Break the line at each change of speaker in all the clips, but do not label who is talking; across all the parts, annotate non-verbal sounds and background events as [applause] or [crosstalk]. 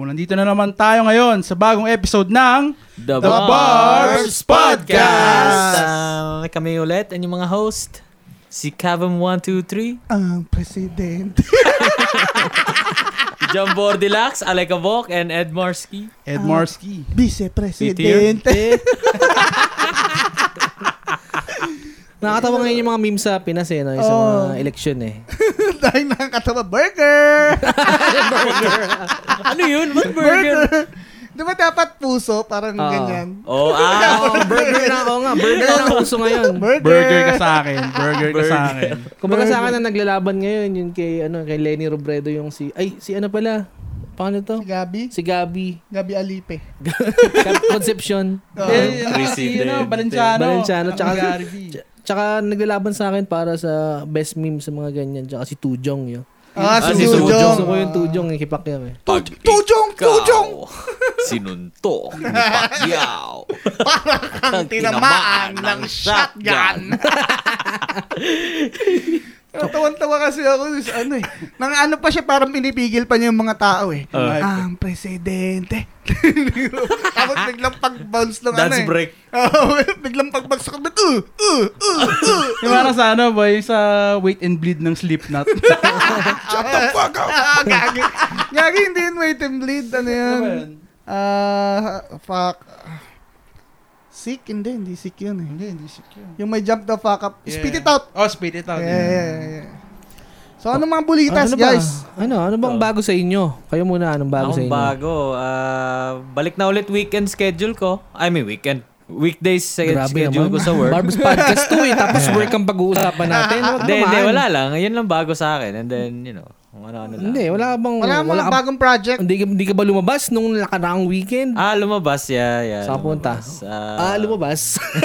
naman tayo ngayon sa bagong episode ng
The,
The Barbs Podcast!
Ah, kami ulit and yung mga host, si Cavam123,
Ang presidente. [laughs]
John Bordilax, [laughs] Alec Avok, and Ed Marsky.
Ed Marsky.
Ah. Vice-presidente.
Eh. [laughs] Nakakatawa ngayon yung mga memes sa Pinas eh, no? Yung sa
Oo.
mga election eh.
Dahil nakakatawa. Burger!
Ano yun? What burger?
Burger! Di ba dapat puso? Parang
Ah.
ganyan.
Oh, [laughs] ah.
Oh, burger na ako nga. Burger na ang uso ngayon.
Burger!
Burger ka sa akin. Burger ka sa akin.
Kumbaga sa akin na naglalaban ngayon, yun kay, ano, kay Lenny Robredo yung si... Ay, si ano pala? Paano to?
Si Gabi.
Si Gabi.
Gabi Alipe.
Cap- Concepcion.
Oo.
Eh, ano, si,
Presidente.
ano, Balenciano.
Balenciano,
Ang
tsaka-
Gary V.
Tsaka naglalaban sa akin para sa best meme sa mga ganyan. Tsaka si Tujong yun.
Ah,
Ah, si
si Sujong.
Sujong.
Gusto ko yung Tujong, yung kipakyaw eh.
[laughs] Pag
Tujong,
ikaw
tujong!
Sinuntok ni Pacquiao.
Ang tinamaan ng shotgun. Tawan-tawa kasi ako. Is, ano eh. Nang ano pa siya, parang pinipigil pa niya yung mga tao eh.
Ah.
Ang presidente. [laughs] Tapos biglang pag-bounce ng ano
Dance
eh.
break.
[laughs] Oo, biglang pagbagsak na, uh, uh, uh, uh.
Yung parang sa ano, boy, sa wait and bleed ng Slipknot.
Shut the fuck [laughs] up! Ah, Gagi. Gagi, hindi yun wait and bleed. Ano
Ano
yun?
ba yun?
Ah, fuck. Sick, hindi. Hindi sick yun eh.
Hindi, hindi sick yun.
Yung may jump the fuck up.
Yeah.
Spit it out! Ah.
Oh, spit it out.
Yeah, yeah, yeah. So, ano mga bulitas,
ano ba?
guys?
Ano? Ano bang bago sa inyo? Kayo muna, anong bago
Bago
sa inyo?
bago. Ah, balik na ulit weekend schedule ko. I mean, weekend. Weekdays se- schedule ko sa work.
Barb's podcast to eh. Tapos work ang
[laughs]
pag-uusapan natin. Huwag
Hindi,
naman.
hindi, wala lang. Yun lang bago sa akin. And then, you know, kung ano-ano lang.
Hindi, wala ka bang...
Wala mo
Oh, wala
lang
ka-
bagong project. [laughs]
Hindi, ka- hindi ka ba lumabas nung nakaraang weekend?
Ah, lumabas. Yeah, yeah.
Saan punta?
lumabas. Ah,
ah, lumabas.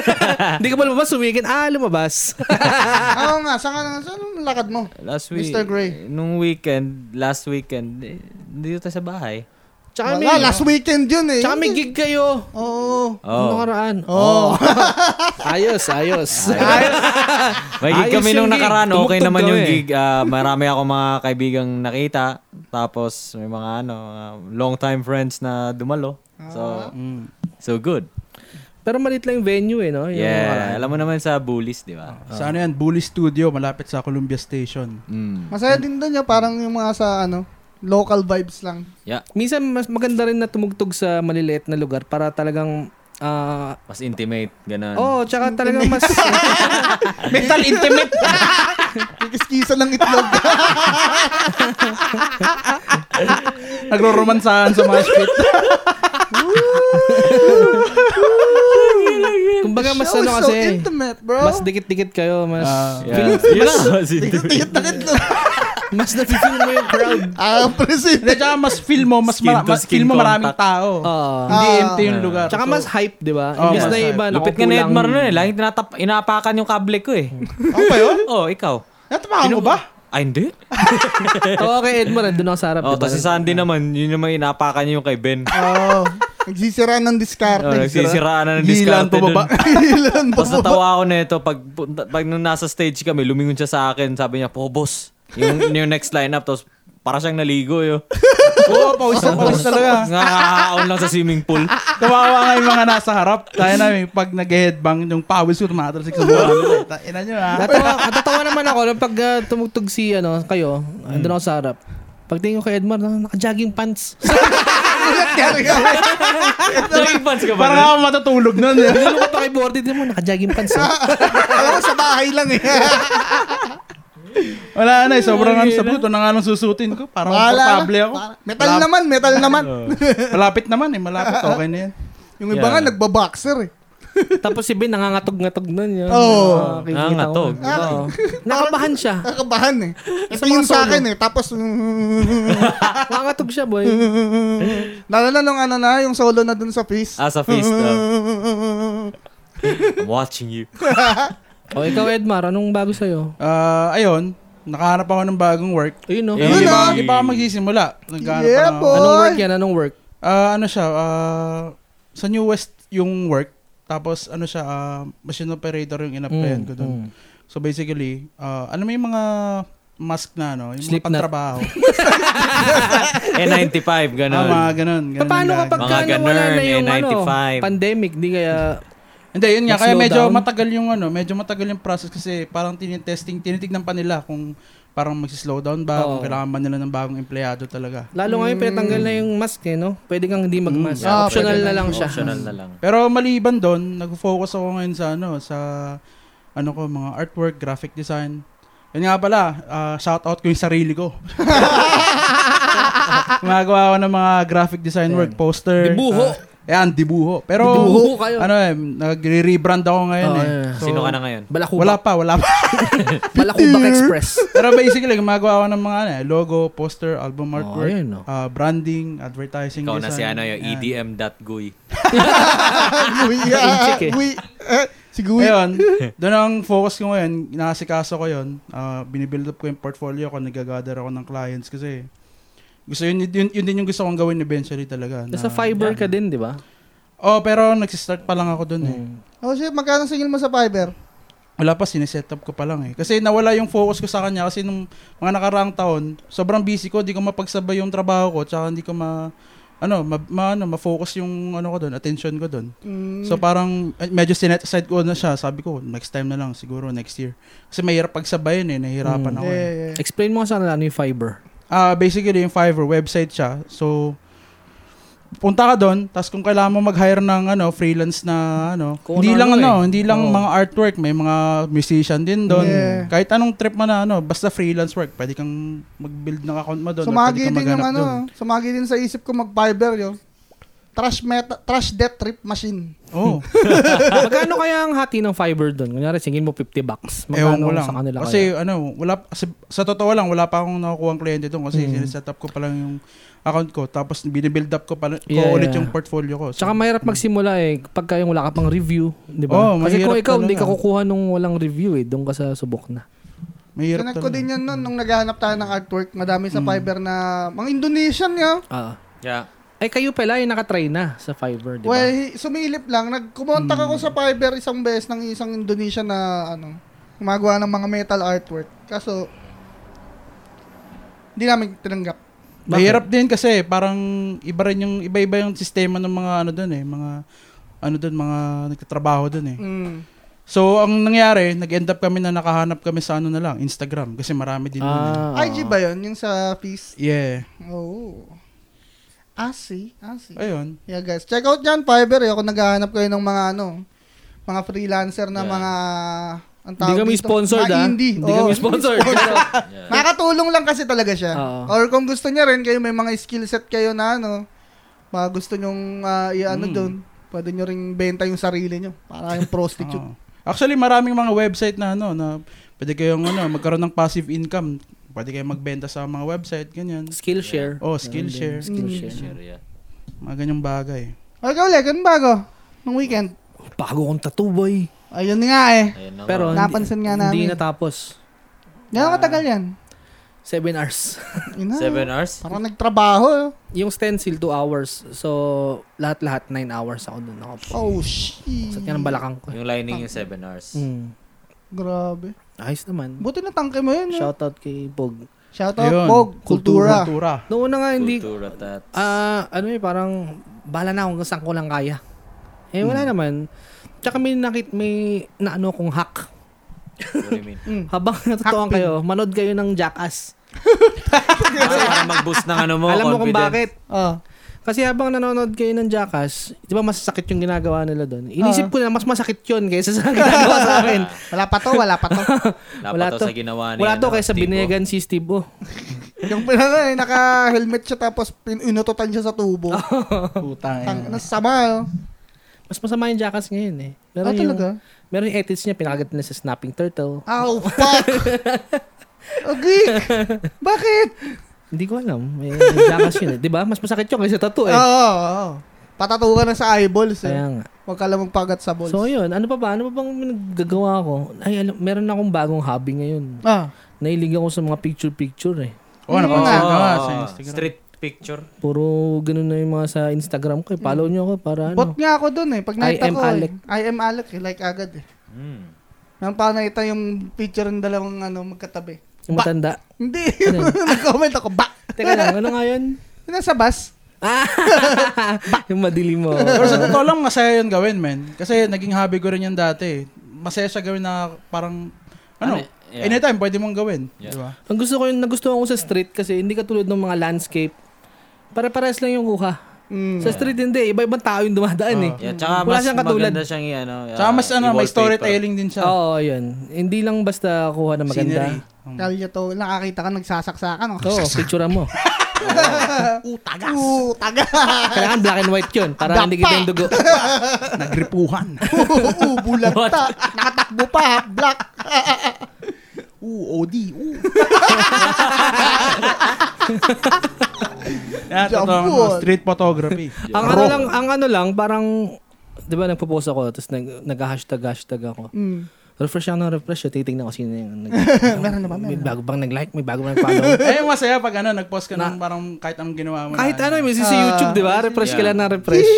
[laughs] Hindi ka ba lumabas? Weekend? Ah,
[laughs]
lumabas.
Oo Ano nga, saan ka na? Saan ang lakad mo?
Last week.
Mr. Gray.
Nung weekend, last weekend, eh, dito tayo sa bahay.
Tsaka may,
Wala, last weekend yun eh.
tsaka may gig kayo.
Oo.
Nung
Oh.
nakaraan.
Oo.
[laughs] ayos, ayos.
May gig
Ayos
kami nung
yung gig.
nakaraan. Okay
Tumugtog
naman yung
kami.
gig. Ah, marami ako mga kaibigang nakita. Tapos may mga ano, long time friends na dumalo.
Ah.
So, so good.
[laughs] Pero malit lang yung venue eh, no? Yung nakaraan.
Yeah. Alam mo naman sa bullies, di
Ah.
ba?
Sa ano yan, Bully Studio, malapit sa Columbia Station.
Mm.
Masaya din doon yung parang yung mga sa ano, local vibes lang.
Yeah.
Minsan, mas maganda rin na tumugtog sa maliliit na lugar para talagang... ah,
Mas intimate. Ganun.
Oo, oh, tsaka
[laughs]
talagang mas...
Metal intimate!
Kikiskisa ng itlog.
Nagro-romansahan sa mga spit.
Kumbaga, mas
Show
ano
is So
kasi...
intimate, bro.
Mas
[laughs]
dikit-dikit kayo, mas...
Ah.
Yeah. Yun lang.
Tingit ng itlog.
mas nafe-feel mo yung crowd.
Ah,
Hindi,
presidente.
tsaka mas feel mo, mas
Skin
mara-
to
mas feel
skin
mo maraming
contact.
tao.
Oo.
Hindi
[laughs] Ah.
empty yung lugar.
Tsaka
So,
mas hype, di ba?
Oo,
Imbis
mas
na yung
hype.
iba,
Oh, Lupit ka na
nakukulang-
Edmar nun eh.
[laughs]
Lagi tinatap- inaapakan yung kable ko
[laughs]
eh.
Ako yun?
oh, ikaw.
Natapakan mo ba?
Ay, hindi.
Oo, kay Edmar, andun ako sa harap.
Oh,
diba?
tapos si Sandy
Ano?
naman, yun naman inaapakan niya yung kay Ben.
[laughs]
Oo. Nagsisira
Oh,
ng diskarte. [laughs]
nagsisiraan na ng
Gilan
diskarte
pa baba.
dun.
[laughs]
Ilan po
Tapos natawa ako nito pag, pag nung nasa stage kami, lumingon siya sa akin, sabi niya, po boss, yung, [laughs] yung next lineup, tapos para siyang
[laughs]
naligo yun.
Oo, pawis na
[laughs]
pawis talaga.
Nakakaon lang sa swimming pool.
Kawawa nga yung mga nasa harap. Tayo namin, pag nag-headbang, yung pawis ko, tumatalsik sa buwan. Ina nyo, ah. ha?
Natawa, natatawa naman ako nung pag ah, tumugtog si, ano, kayo, andun ako sa harap. Pagtingin ko kay Edmar, ah, naka-jogging pants. [laughs]
Naging fans ka ba?
Parang
nun?
ako matutulog nun. eh.
Tinanong ko pa kay Bordy, din mo, naka-jogging pants.
[laughs]
ah."
Alam mo, sa bahay lang eh.
Wala na, eh, sobrang ano sa buto. Nang anong susutin ko. Parang komportable ako.
Para- Metal naman, metal naman.
Malapit naman eh, malapit. Okay na yan.
Yung iba nga,
Yeah.
nagbaboxer eh.
Tapos si Ben, nangangatog-ngatog nun. Yun.
Oo.
Ah, kikita
Nangangatog.
ko. Oo.
[laughs]
Nakabahan siya.
Nakabahan eh. Ito yung sa akin eh. Tapos, [laughs]
Nangangatog siya, boy.
nalala nung ano na, yung solo na dun sa face.
Ah, sa
[laughs]
face. oh,
[laughs]
I'm watching you.
O, Oh, ikaw, Edmar, anong bago sa'yo?
Ah, ayun, nakahanap ako ng bagong work.
Ayun, no?
Eh,
Yung
Yun
iba,
na.
iba ako magsisimula. Naghanap
Yeah,
ako. ano.
boy.
Anong work yan? Anong work?
Ah, ano siya, ah, sa New West yung work. Tapos ano siya, Mm, ah, machine operator yung in-applyan ko doon.
Mm, mm.
So basically, ah, ano may mga mask na ano, yung
Sleep
mga
nut. [laughs]
pantrabaho.
N95, Eh, ganun.
Ah, mga ganun. ganun
Paano
yung
kapag
lagi.
Mga
ano, wala na
ganun,
yung ano,
N95.
pandemic, di kaya
Hindi, yun nga.
Mag-slow
Kaya medyo
down?
matagal yung ano, medyo matagal yung process kasi parang tinitesting, tinitignan pa nila kung parang magsi-slow down ba,
Oo.
kung kailangan ba nila ng bagong empleyado talaga.
Lalo ngayon, pinatanggal na yung mask eh, no? Pwede kang hindi
Mm,
mag-mask.
yeah,
Optional
pwede
na
na.
lang siya.
Optional na lang.
Pero maliban doon, nag-focus ako ngayon sa ano, sa ano ko, mga artwork, graphic design. Yun nga pala, shout out ko yung sarili ko. [laughs] Gumagawa ako ng mga graphic design work, poster.
Dibuho.
Ah, yan, dibuho. Pero,
Dibuho kayo.
ano eh, nag-rebrand ako ngayon
Oo,
eh.
yeah.
So,
Sino ka na ngayon?
Balakubak.
Wala pa, wala pa. [laughs]
Balakubak Express.
Pero basically, gumagawa ako ng mga ano, eh, logo, poster, album artwork,
Oh, ayun, no.
ah, branding, advertising
Ikaw na
design.
si ano yung
Yan.
edm.guy.
Guya.
Inchik eh.
Guy. Ah, Eh, si Guy.
Ayun, doon ang focus ko ngayon, nakasikaso ko yun, Ah, binibuild up ko yung portfolio ko, nag-gather ako ng clients kasi gusto yun, yun, yun din yung gusto kong gawin eventually talaga. na-
Nasa fiber ka din, di ba? Mm.
Oh, pero nagsistart pa lang ako doon eh.
Oh, shit, magkano singil mo sa Fiverr?
Wala pa, sineset up ko pa lang eh. Kasi nawala yung focus ko sa kanya kasi nung mga nakaraang taon, sobrang busy ko, di ko mapagsabay yung trabaho ko, tsaka hindi ko ma ano, ma, ma- ano, ma-focus yung ano ko doon, attention ko doon.
Mm,
So
Mm.
parang eh, medyo sinet aside ko na siya. Sabi ko, next time na lang siguro next year. Kasi mahirap pagsabayin eh, nahihirapan
Mm.
ako. eh.
Explain mo sa ano yung
[laughs]
fiber.
Ah, basically yung Fiverr website siya. So punta ka doon, tapos kung kailangan mo mag-hire ng ano, freelance na ano,
Kung
hindi
ano-ano
lang ano,
eh.
hindi lang
Oo.
mga artwork, may mga musician din doon.
Yeah.
Kahit anong trip mo na ano, basta freelance work, pwede kang mag-build ng account mo doon. or pwede
Sumagi
kang
din yung
maghanap doon.
ano, sumagi din sa isip ko mag-Fiverr yun. Trash meta, trash death trip machine.
[laughs]
Oo.
Magkano kaya ang hati ng fiber doon? Kunyari, singin mo 50 bucks.
Ewan
Magkano
ko lang.
sa kanila
kasi
kaya?
ano, wala kasi, sa totoo lang wala pa akong nakukuha ang kliyente doon
Mm.
kasi sineset up ko pa lang yung account ko tapos binibuild up ko pa ko
Yeah,
ulit
yeah.
yung portfolio ko. So,
Tsaka mahirap magsimula eh pagka yung wala ka pang review, di ba?
Oo,
Kasi kung
mahirap
ikaw hindi ka
ah.
talaga.
kukuha nung walang review eh, doon ka sa subok na.
mahirap
Tinag
talaga. Mm.
ko din yun nun, nung naghahanap tayo ng artwork, madami sa Fiverr na, mga Indonesian nga.
Ah.
Yeah.
Ay kayo pala yung nakatry na sa Fiverr, di ba?
Well, hi- sumilip lang. Nagkumontak
Mm.
ako sa Fiverr isang beses ng isang Indonesian na ano, gumagawa ng mga metal artwork. Kaso, hindi namin tinanggap.
Mahirap din kasi parang iba rin yung iba-iba yung sistema ng mga ano doon eh, mga ano doon mga nagtatrabaho doon eh.
Mm.
So ang nangyari, nag-end up kami na nakahanap kami sa ano na lang, Instagram kasi marami din yun eh.
ah,
IG ba yun? Yung sa fees?
Yeah.
Oh. I see. I see.
Ayun.
Yeah guys, check out yan Fiverr. Eh. Ako naghahanap kayo ng mga ano, mga freelancer na
Yeah.
mga ang
Hindi
tawag
kami
dito,
sponsored
mga
ah.
Indie.
Hindi
Oo.
kami
[laughs]
sponsored.
Yeah.
Nakatulong lang kasi talaga siya.
Oo.
Or kung gusto niya rin, kayo may mga skill set kayo na ano, mga gusto nyong ah, i-ano
Hmm.
Mm.
doon, pwede nyo ring benta yung sarili nyo. Para
[laughs]
yung prostitute.
Oo. Actually, maraming mga website na ano na pwede kayong ano, magkaroon ng passive income. Pwede kayong magbenta sa mga website, ganyan.
Skillshare.
Oh, Skillshare.
Skillshare.
Sure, yeah.
Mga ganyang bagay.
O ikaw ulit, ganun bago? Nung weekend.
Bago kong tattoo, boy.
Ayun nga eh.
Ayun na nga.
Pero hindi-
Napansin nga namin.
Hindi natapos. Ah.
Gano'ng katagal yan?
Seven hours. [laughs]
Yun na.
Seven hours?
Parang nagtrabaho. eh.
yung stencil, two hours. So, lahat-lahat, nine hours ako dun. Ako po.
Oh, shit.
Sa yan ang balakang ko.
Yung lining yung seven hours.
Mm.
Grabe.
Ayos naman.
Buti na tangke mo yun. Shout,
Shoutout kay Bog.
Shout out,
Ayun.
Pog. Kultura.
Kultura.
Noong una nga, hindi,
Kultura tats.
ah, ano eh, parang, bahala na akong saan ko lang kaya. Eh, wala
Hmm.
naman. Tsaka may nakit, may naano kong hack.
What do you mean?
Hmm.
Habang natutuan
Hackpin.
kayo, manood kayo ng Jackass. [laughs]
Para Ah, mag-boost ng ano mo,
Alam mo kung
confidence.
bakit.
Ah.
Kasi habang nanonood kayo ng Jackass, di ba masasakit yung ginagawa nila doon? Inisip ko na mas masakit yun kaysa sa ginagawa sa
[laughs]
akin.
Wala pa to, wala
[laughs]
pa to.
Wala
Wala
to,
to.
sa ginawa ano, niya.
Wala to kaysa binayagan si Steve oh. O.
yung pinaka, eh, naka-helmet siya tapos pin- inututan siya sa tubo.
Ah, Putang ina.
Tang, nasama. Oh.
Mas masama yung Jackass ngayon eh.
Ah,
yung,
talaga?
Meron yung ethics niya, pinakagat nila sa Snapping Turtle.
Oh,
[laughs]
fuck! oh, geek! Bakit?
Hindi ko alam. May may Jackass yun eh. Di ba? Mas masakit yun kaysa
Oo,
tattoo eh.
oo, oo. Patatuo ka na sa eyeballs
Kaya
eh.
nga.
Huwag ka lamang pagat sa balls.
So yun, ano pa ba? Ano pa bang nagagawa ko? Ay, alam, meron akong bagong hobby ngayon.
ah,
Nailig ako sa mga picture-picture eh.
Oh, napansin ko nga sa Instagram.
Street picture.
Puro ganun na yung mga sa Instagram ko eh.
Mm.
Follow niyo ako para ano.
bot nga ako dun eh. Pag nakita
I am
ko
Alec.
eh. I am Alec. Eh, like agad eh.
Hmm.
Nang pa nakita yung picture ng dalawang ano, magkatabi.
Yung matanda.
Hindi. [laughs] Nag-comment ako, ba?
Teka lang, ano nga yun?
Nasa bus.
[laughs] yung madilim
[laughs]
mo.
Pero sa totoo lang, masaya yun gawin, men. Kasi naging hobby ko rin yan dati. eh. Masaya siya gawin na parang, ano,
Ano, yeah.
anytime pwede mong gawin.
Yeah.
Di ba?
Ang gusto ko yung nagustuhan ko sa street kasi hindi katulad ng mga landscape. Para-pares lang yung kuha.
Hmm.
Mm.
Sa street hindi, iba-ibang tao yung dumadaan
Oh,
eh.
Yeah, tsaka
Wala
mas
siyang katulad.
maganda siyang i- ano. ah,
Tsaka mas, ano, may
i-wallpaper.
storytelling din siya.
Oh,
Oo, yun. Hindi lang basta kuha na maganda.
Scenery. [laughs] Mm.
Kalya to, nakakita ka, nagsasaksakan. Oh.
[laughs]
Oo, picturean mo.
Utagas. Utagas.
Kailangan black and white yun para
Dapa.
hindi kita yung dugo.
[laughs] Nagripuhan.
Oo, bulagta. Nakatakbo pa, ha? black.
Oo, OD. Oo. Yan, totoo,
Jambon.
ano, street
[laughs]
photography.
ang ano lang, ang ano lang, parang, di ba nagpo-post ako, tapos nag, nag-hashtag, hashtag ako.
Mm.
Refresh ako ng refresh, so titignan ko sino yung nag-
[laughs] Meron na ba?
may
Meron na ba?
bago bang nag-like, may bago bang nag-follow.
[laughs]
Eh, masaya pag ano, nag-post ka
Na-
ng parang kahit anong ginawa mo. na,
Kahit ano, may si
Ah,
YouTube, di ba? Refresh ka
yeah.
lang ng
[laughs]
refresh.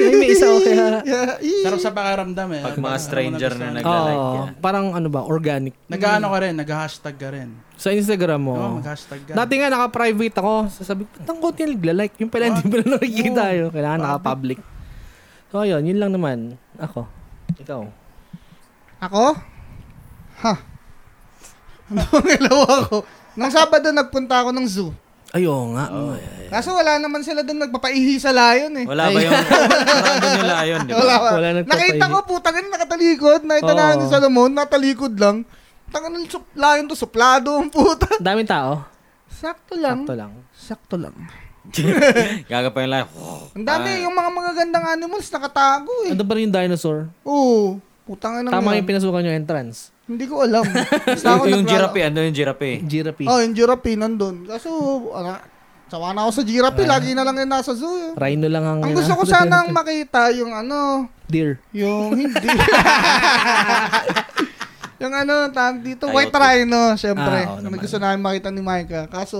Ay, may isa okay ha.
Yeah,
[laughs]
ee.
ano. Sarap sa pakaramdam eh.
Pag
Ano,
mga
ano,
stranger
ano,
na
ano,
nag- Nagla-like
Oo, [laughs]
yan.
parang ano ba, organic.
Nag-ano ka rin, nag-hashtag ka rin.
Sa Instagram
Di
mo.
ba,
Oh
Oh.
mag-hashtag ka.
Dati nga, naka-private ako. Sasabi ko, ang konti yung nagla-like. Yung pala, hindi mo na nakikita
Oh.
yun. Kailangan naka-public. So, ayun. Yun lang naman. Ako. Ikaw.
Ako? Ha? Ano ang ilaw ako? Nang Sabado nagpunta ako ng zoo.
Ayun nga. eh.
Kaso wala naman sila doon nagpapaihi sa layon eh.
Wala ba yung... Marami nila yun, di ba?
Wala, wala.
Wala nagpapaihi.
Nakita ko, putang ina, nakatalikod. Nakita
Oo.
na ni Solomon, natalikod lang. Tangan ng sup- layon to, suplado ang puta.
Daming tao.
Sakto lang.
Sakto lang.
Sakto lang.
[laughs] Gaga pa yung live.
Ang dami, yung mga magagandang animals nakatago eh.
Ah. Ano ba rin yung dinosaur?
Oo. Putang ina.
Tama
yun.
yung pinasukan yung entrance.
Hindi ko
[laughs]
alam. Basta ako
Yung, yung
naglala-
giraffe, ano yung giraffe?
Giraffe.
Oh, yung giraffe nandun. Kaso, ala, sawa na ako sa giraffe. lagi na lang yung nasa zoo. eh.
Rhino lang ang... ah.
Ang gusto ko
[laughs]
sanang makita yung ano,
Deer.
yung hindi.
[laughs]
yung ano, tawag dito,
Ay,
white
okay.
rhino, syempre.
Ah, oo
na
naman.
gusto namin makita ni Micah. Kaso,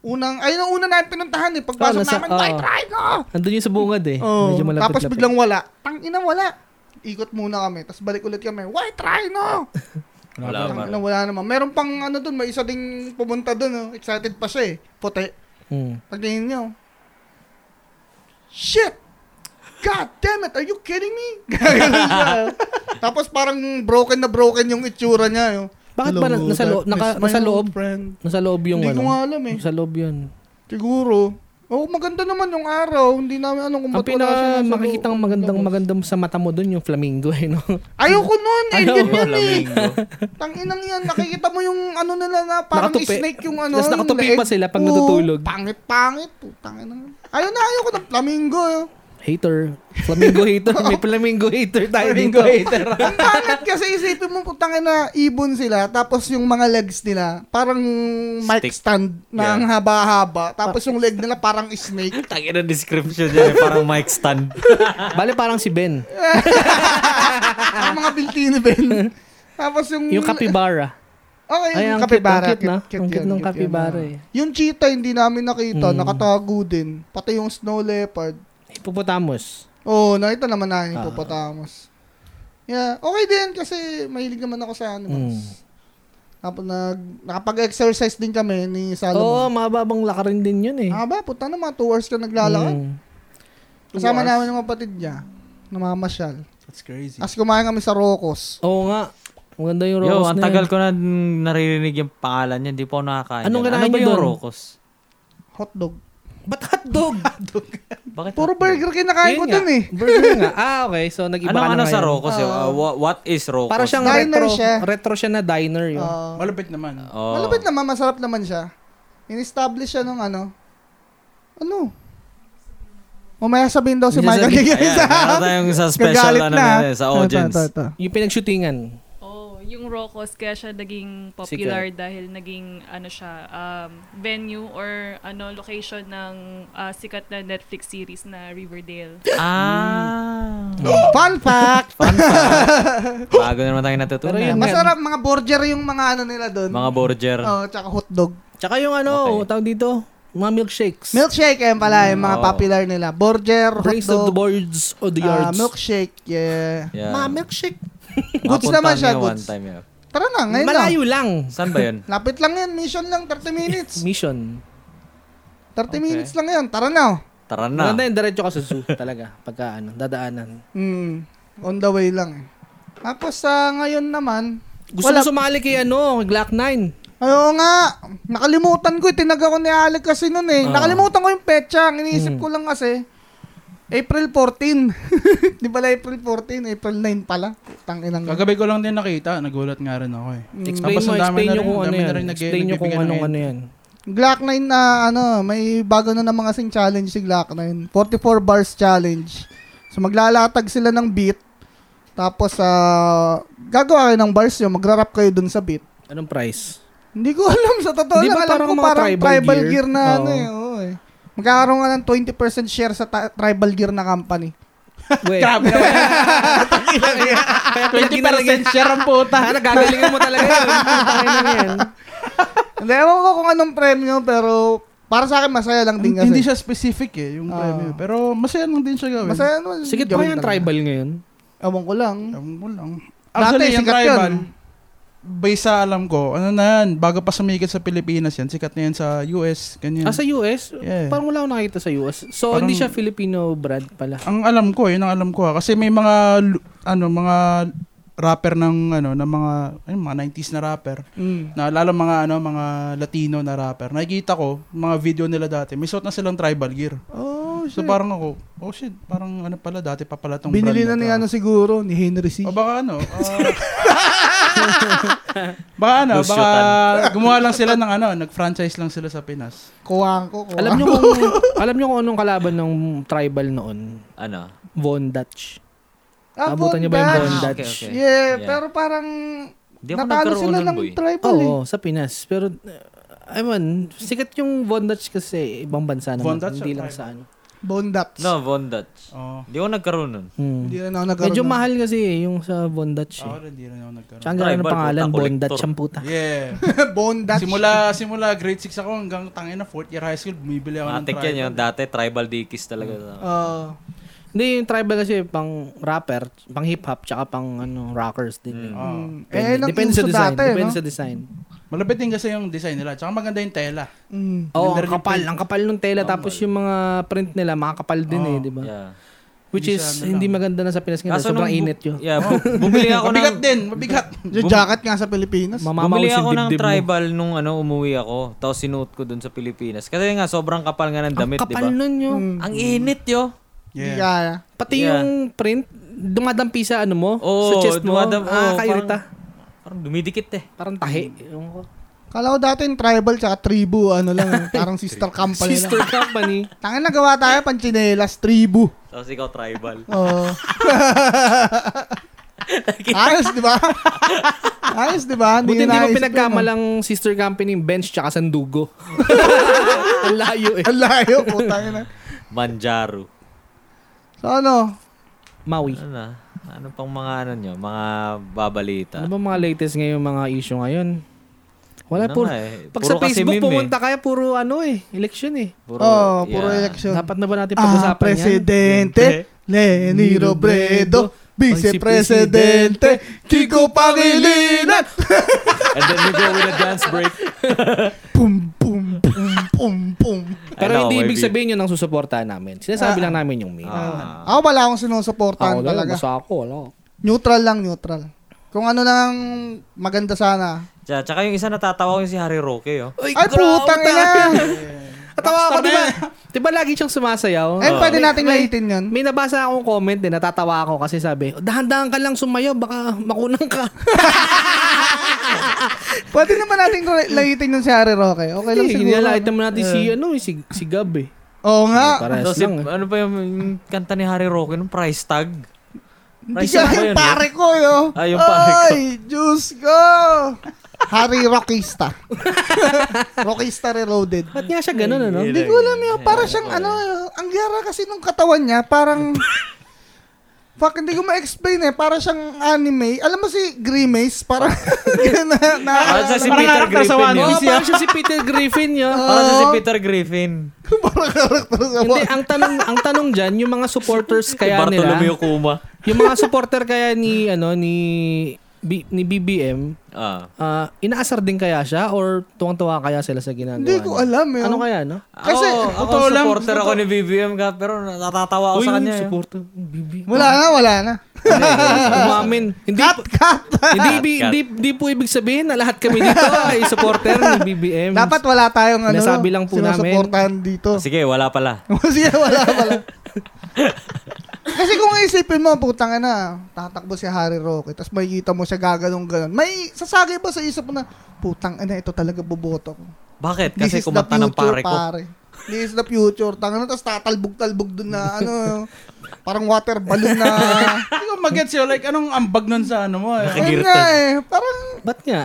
unang, ayun ang una namin pinuntahan eh. Pagpasok
Oo, nasa-
namin,
oo.
white rhino!
Andun yung sa bungad eh.
Oh,
Medyo malapit
tapos biglang wala. Tang ina, wala. Ikot muna kami. Tapos balik ulit kami, white rhino!
Wala
Tang
pa.
ina,
Ano
wala naman. Meron pang ano dun, may isa ding pumunta dun. Oh. Excited pa siya eh. Puti.
Hmm.
Pagtingin niyo. Shit! God damn it! Are you kidding me? [laughs] Gaganon siya. Tapos parang broken na broken yung itsura niya. Yung,
Bakit ba na- nasa loob-
that is
naka-
my
nasa loob?
old Friend.
Nasa loob yung
Hindi
ano.
ko nga alam eh.
Sa loob yun.
Siguro. Oh, maganda naman yung araw. Hindi namin anong kung
Ang
ba't wala siya
pinaka
nasa
makikitang
loob.
magandang magandang sa mata mo dun yung flamingo eh, no? [laughs]
Ayoko nun!
Ayaw.
Alien yun eh!
Flamingo.
Tanginang yan. Nakikita mo yung ano nila na parang
Nakatupi.
snake yung ano. eh.
Tapos
yung
nakatupi
leeg.
pa sila pag
Oo,
natutulog.
Pangit-pangit. Tanginang. Ayaw na ayoko ng flamingo. eh.
Hater. Flamingo hater. May flamingo hater tayo
Bingo
dito.
hater.
Ang pangit kasi isipin mo putang na ibon sila tapos yung mga legs nila parang mic
Stick.
stand na
Yeah.
ang haba-haba tapos yung leg nila parang snake.
Tangin na description niya. eh, Parang mic
[laughs]
stand.
[laughs] Bale parang si Ben.
ang mga binti ni Ben. Tapos yung
Yung capybara.
Okay,
Ay,
yung
ang
capybara.
cute, ang cute na. Ang cute
yun,
ng capybara
yun,
eh.
ah. Yung cheetah hindi namin nakita,
Mm.
nakatago din. Pati yung snow leopard.
Hippopotamus.
Oo, oh, nakita naman namin yung
Ah.
hippopotamus. Yeah, okay din kasi mahilig naman ako sa
Mm.
animals. Tapos nag, nakapag-exercise din kami ni
Oo,
Salomon.
mababang lakarin din yun eh.
Aba, puta na mga 2 hours Ah, ka naglalakad.
Mm.
Kasama
Two hours.
namin yung kapatid niya. Namamasyal.
That's crazy.
As kumain kami sa Rocos.
Oo nga. Maganda yung
Yo,
rose
ang
na
tagal
yun.
ko na naririnig yung pangalan niya. Hindi pa ako nakakain.
Anong
niyan.
kinain
ano ba
niyo
yung
doon?
Rocos?
Hotdog.
Ba't hotdog?
Bakit?
Puro burger kinakain
Yun
ko
nga.
dun eh.
Burger nga. Ah, okay. So, nag-iba
Ano
ka na
ano sa
ngayon.
Rocos? eh?
Ah.
Uh, wha- what is Rocos?
Para siyang
Diner
retro.
siya.
Retro siya na diner yun.
Ah,
Malupit naman.
Oh.
malapit Ano naman, masarap naman siya. In-establish siya nung ano. Ano? Mamaya sabihin daw si
Hindi
Michael
sabi-
Digay
Ayan,
sa
meron tayong sa special
Nagalit
ano
na.
na, sa audience.
Ito, ito, ito.
Yung pinagshootingan.
Oh, yung Rocos kaya siya naging popular dahil naging ano siya um, venue or ano location ng ah, sikat na Netflix series na Riverdale.
Ah.
Fun
[laughs]
fact!
Bago na naman tayo natutunan.
Pero yun nga.
Masarap mga burger yung mga ano nila doon.
Mga borger.
Oh, tsaka hotdog.
Tsaka yung ano,
Okay.
tawag dito, mga milkshakes.
Milkshake eh pala yung mga
Oo.
popular nila. Burger,
Brace of the
hotdog,
boards of the
ah,
yards.
milkshake, yeah.
Yeah.
Ma, milkshake.
Mapuntahan
naman siya,
niya One
goods.
time, yeah.
Tara na, ngayon
Malayo
na.
lang.
Saan ba yun?
Lapit lang yan, mission lang, 30 minutes.
[laughs]
Mission.
30 minutes lang yan, tara na. oh.
Tara na.
Maganda yun, diretso ka sa zoo [laughs] talaga. Pagka ano, dadaanan.
Hmm, on the way lang. eh. Tapos sa ngayon naman,
Gusto
Wala.
mo sumali kay ano, Glock 9.
ayo nga, nakalimutan ko, eh, tinaga ko ni Alec kasi noon eh.
Ah.
Nakalimutan ko yung petsa, ang iniisip
Hmm.
ko lang kasi, April 14. [laughs] Di pala April 14, April 9 pala. Tanginang
Kagabi ko lang din nakita, nagulat nga rin ako eh.
Mm.
Mm.
Explain
Tapos
mo,
ang dami
explain
na
nyo
rin- ang
kung ano
dami na
yan.
rin nag-
Explain nyo kung
nagbibigay ng
anong
end.
ano yan.
Glock 9 na ano, may bago na naman kasing challenge si Glock 9. 44 bars challenge. So maglalatag sila ng beat. Tapos ah, gagawa kayo ng bars yun, magra-rap kayo dun sa beat.
Anong
[laughs]
price?
Hindi ko alam sa totoo
Di
lang
ba
alam
parang
ko
mga
parang tribal,
tribal
gear?
gear?
na
Oo.
ano eh. oo eh. Magkakaroon ka ng 20% share sa ta- tribal gear na
[laughs]
company.
Wait.
Grabe naman. 20% share ang puta.
Ah, nagagalingan mo talaga yun. ano
Hindi, ewan ko kung anong premyo pero para sa akin masaya lang din kasi.
[laughs] Hindi siya specific eh, yung
Ah.
premium. Pero masaya lang din siya gawin.
Masaya naman.
[laughs] Sige,
Gawin
pa yung
talaga.
tribal ngayon.
Ewan ko lang.
Ewan ko lang.
Dati,
Actually, yung
sikat
tribal,
yun.
based sa alam ko, ano na yan, bago pa sumikat sa Pilipinas yan, sikat na yan sa US, ganyan.
Ah, sa US?
Hmm. Yeah.
Parang wala akong nakita sa US. So,
Parang-
hindi siya Filipino brand pala.
Ang alam ko, yun ang alam ko ha. Kasi may mga, lu- ano, mga rapper ng, ano, ng mga, ayun, mga 90s na rapper.
Hmm.
Mm.
Na, lalo mga, ano, mga Latino na rapper. Nakikita ko, mga video nila dati, may suot na silang tribal gear.
Oh, shit.
So parang ako, oh shit, parang ano pala, dati pa pala tong
Binili na
brand
ni
to. ah.
ano siguro, ni Henry C.
O baka ano,
[laughs]
ah, baka ano,
Lusyutan.
baka gumawa lang sila ng ano, nag-franchise lang sila sa Pinas.
Kuwang ko.
Alam nyo kung, [laughs] alam nyo kung anong kalaban ng tribal noon?
Ano?
Von Dutch. Abutan nyo ba yung Ah, Von
Dutch.
Dutch? Ah,
Okay, okay.
Ah, Yeah,
Yeah.
pero parang
Di ako
natalo
nagkaroon
sila
nun,
ng
boy.
tribal eh.
Oo, sa Pinas. Pero, uh, I mean, sikat yung Von Dutch kasi ibang bansa naman.
Von Dutch
hindi
or
lang
tribal?
sa ano.
Von Dutch.
No, Von Dutch.
Oh.
Hindi ako nagkaroon nun.
Hmm.
Hindi rin ako nagkaroon.
Medyo
[laughs] ng-
mahal kasi eh, yung sa Von Dutch.
Ako
Eh.
rin, di rin ako
Tsaka
nagkaroon.
ang gano'n
Tribal,
pangalan,
puta,
Von
collector.
Dutch ang puta.
Yeah.
Von Dutch.
simula, simula grade 6 ako hanggang tangin na fourth year high school, bumibili ako ng tribal.
Matik
Hmm.
yan yung dati, tribal dickies talaga.
Ah,
Hindi, yung tribal kasi pang rapper, pang hip-hop, tsaka pang ano, rockers din. eh.
Oo.
mm.
Depende,
eh, nang
depende
uso
sa design.
dati,
depende
no?
sa design.
Malapit din kasi yung design nila. Tsaka maganda yung tela. Ganda
Mm.
Oo, ang
rin yung
kapal.
print.
Ang kapal ng tela. tapos yung mga print nila, makakapal din eh, di ba?
yeah.
Which
Hindi
is,
siya ano
hindi
lang.
maganda na sa Pinas ngayon. Sobrang
nung bu-
init yun.
Yeah, bu- bumili ako
[laughs]
ng...
Mabigat din, mabigat.
Yung jacket nga sa Pilipinas.
Mamamawas
Bumili
yung
ako ng
dibdib mo.
tribal nung ano umuwi ako. Tapos sinuot ko dun sa Pilipinas. Kasi nga sobrang kapal nga ng
Ang
damit, di
kapal
ba?
nun yung.
Ang init yo.
Yeah.
Hindi kaya.
Pati
Yeah.
yung print, dumadampi sa ano mo,
Oo,
sa chest mo.
dumadam- oo,
ah, kairita.
Parang dumidikit eh.
Parang, tahi. Ewan ko.
Kala ko dati yung tribal tsaka tribu, ano lang,
[laughs]
eh, parang sister company
Sister
lang.
[laughs] company.
Tangin na gawa tayo, panchinelas, tribu.
Tapos ikaw
[laughs]
tribal.
Oo. Ayos, di ba? Ayos, di ba?
Buti hindi
Ano ko eh?
mo pinagkamalang sister company yung bench tsaka
[laughs]
sandugo. Ang layo eh.
Ang layo, putang ina.
Manjaro.
So ano,
Maui.
Ano na? Ano pang mga ano nyo? Mga babalita.
Ano ba mga latest ngayon, mga issue ngayon?
Yun
Wala,
na
puro,
nga eh.
pag
Puro
sa
kasi
Facebook
meme eh.
pumunta kaya, puro ano eh, election eh.
Puro,
oh, puro
yeah.
election.
Dapat na ba natin
Ah,
pag-usapan yan?
presidente, Lenny Robredo, vice-presidente, Kiko Pangilinan.
And then we go with a dance break.
Pum, pum, pum, pum, pum.
Ay,
Pero
nako,
hindi ibig
baby.
sabihin yun ang susuportahan namin. Sinasabi lang namin yung meme.
Ah.
Ako wala akong
Ako
sinusuportahan
lang,
talaga.
basta ako, wala.
Neutral lang, neutral. Kung ano lang maganda sana.
Tsaka, tsaka yung isa natatawa ko yung si Harry Roque, oh.
Ay, putang
[laughs]
ina!
Natawa ako, di ba? Di ba lagi siyang
Oh.
sumasayaw?
Ayun, Eh, pwede nating
may-
laitin yun.
May nabasa akong comment din, natatawa ako kasi sabi, "Oh, dahan-dahan ka lang sumayaw, baka makunang ka.
Pwede naman nating ra- laitin yun si Harry Roque. Okay lang
Hindi,
siguro.
Inialaitan mo natin si, ano, eh, si, si Gab eh.
Oo nga.
Parehas
Tapos
lang
yung-
eh.
ano pa yung, yung kanta ni Harry Roque, nung price tag?
Hindi
Price
siya
tag ba
yung
yun,
pare ko, yo.
Ah, yung pare ko.
Ay, Diyos ko. Harry Rockista. Rockista reloaded.
Ba't nga siya ganun, ano?
Hindi
Hindi ko alam yun. Para siyang ano, ang gara kasi nung katawan niya, parang... Fuck, hindi ko ma-explain eh. Para siyang anime. Alam mo si Grimace? Parang... [laughs] na, na,
Parang siya si
Parang
Peter
karakter sa
Griffin
ano?
yun.
Oo, parang siya si Peter Griffin yun.
Ah,
Parang siya si Peter Griffin.
parang karakter sa
Hindi, ang tanong, ang tanong dyan, yung mga supporters
Kaya
kaya nila,
Bartolomeo Kuma.
yung mga supporter kaya ni, ano, ni B- ni BBM,
Ah.
ah, inaasar din kaya siya or tuwang-tuwa kaya sila sa ginagawa
Hindi ko
niya?
alam eh.
Ano kaya, no?
Kasi,
Kasi,
ako, ako
totoo lang,
supporter ako
totoo-
ni BBM ka, pero natatawa ako sa kanya. eh.
support to BBM.
Wala na, wala na.
Umamin. Hindi,
Cut, cut!
hindi,
Cut,
bi-
cut.
hindi, hindi po ibig sabihin na lahat kami dito ay supporter ni BBM.
Dapat wala tayong ano.
Nasabi Hmm. lang po namin.
sinusuportahan dito.
Ah, Sige, wala pala.
Kasi [laughs] wala
[laughs]
pala. Kasi kung isipin mo, putang na, tatakbo si Harry Roque, tapos makikita mo siya gaganong ganon. May sasagay ba sa isip mo na, putang ina, ito talaga boboto ko.
Bakit?
This
Kasi
is the
kumanta ng
future,
pare ko.
pare. This is the future. Tanga na, tapos tatalbog-talbog dun na, ano, parang water balloon
[laughs]
na.
Hindi ko mag-gets yun. Like, anong ambag nun sa ano mo? Eh?
Ayun nga eh, parang,
Ba't nga?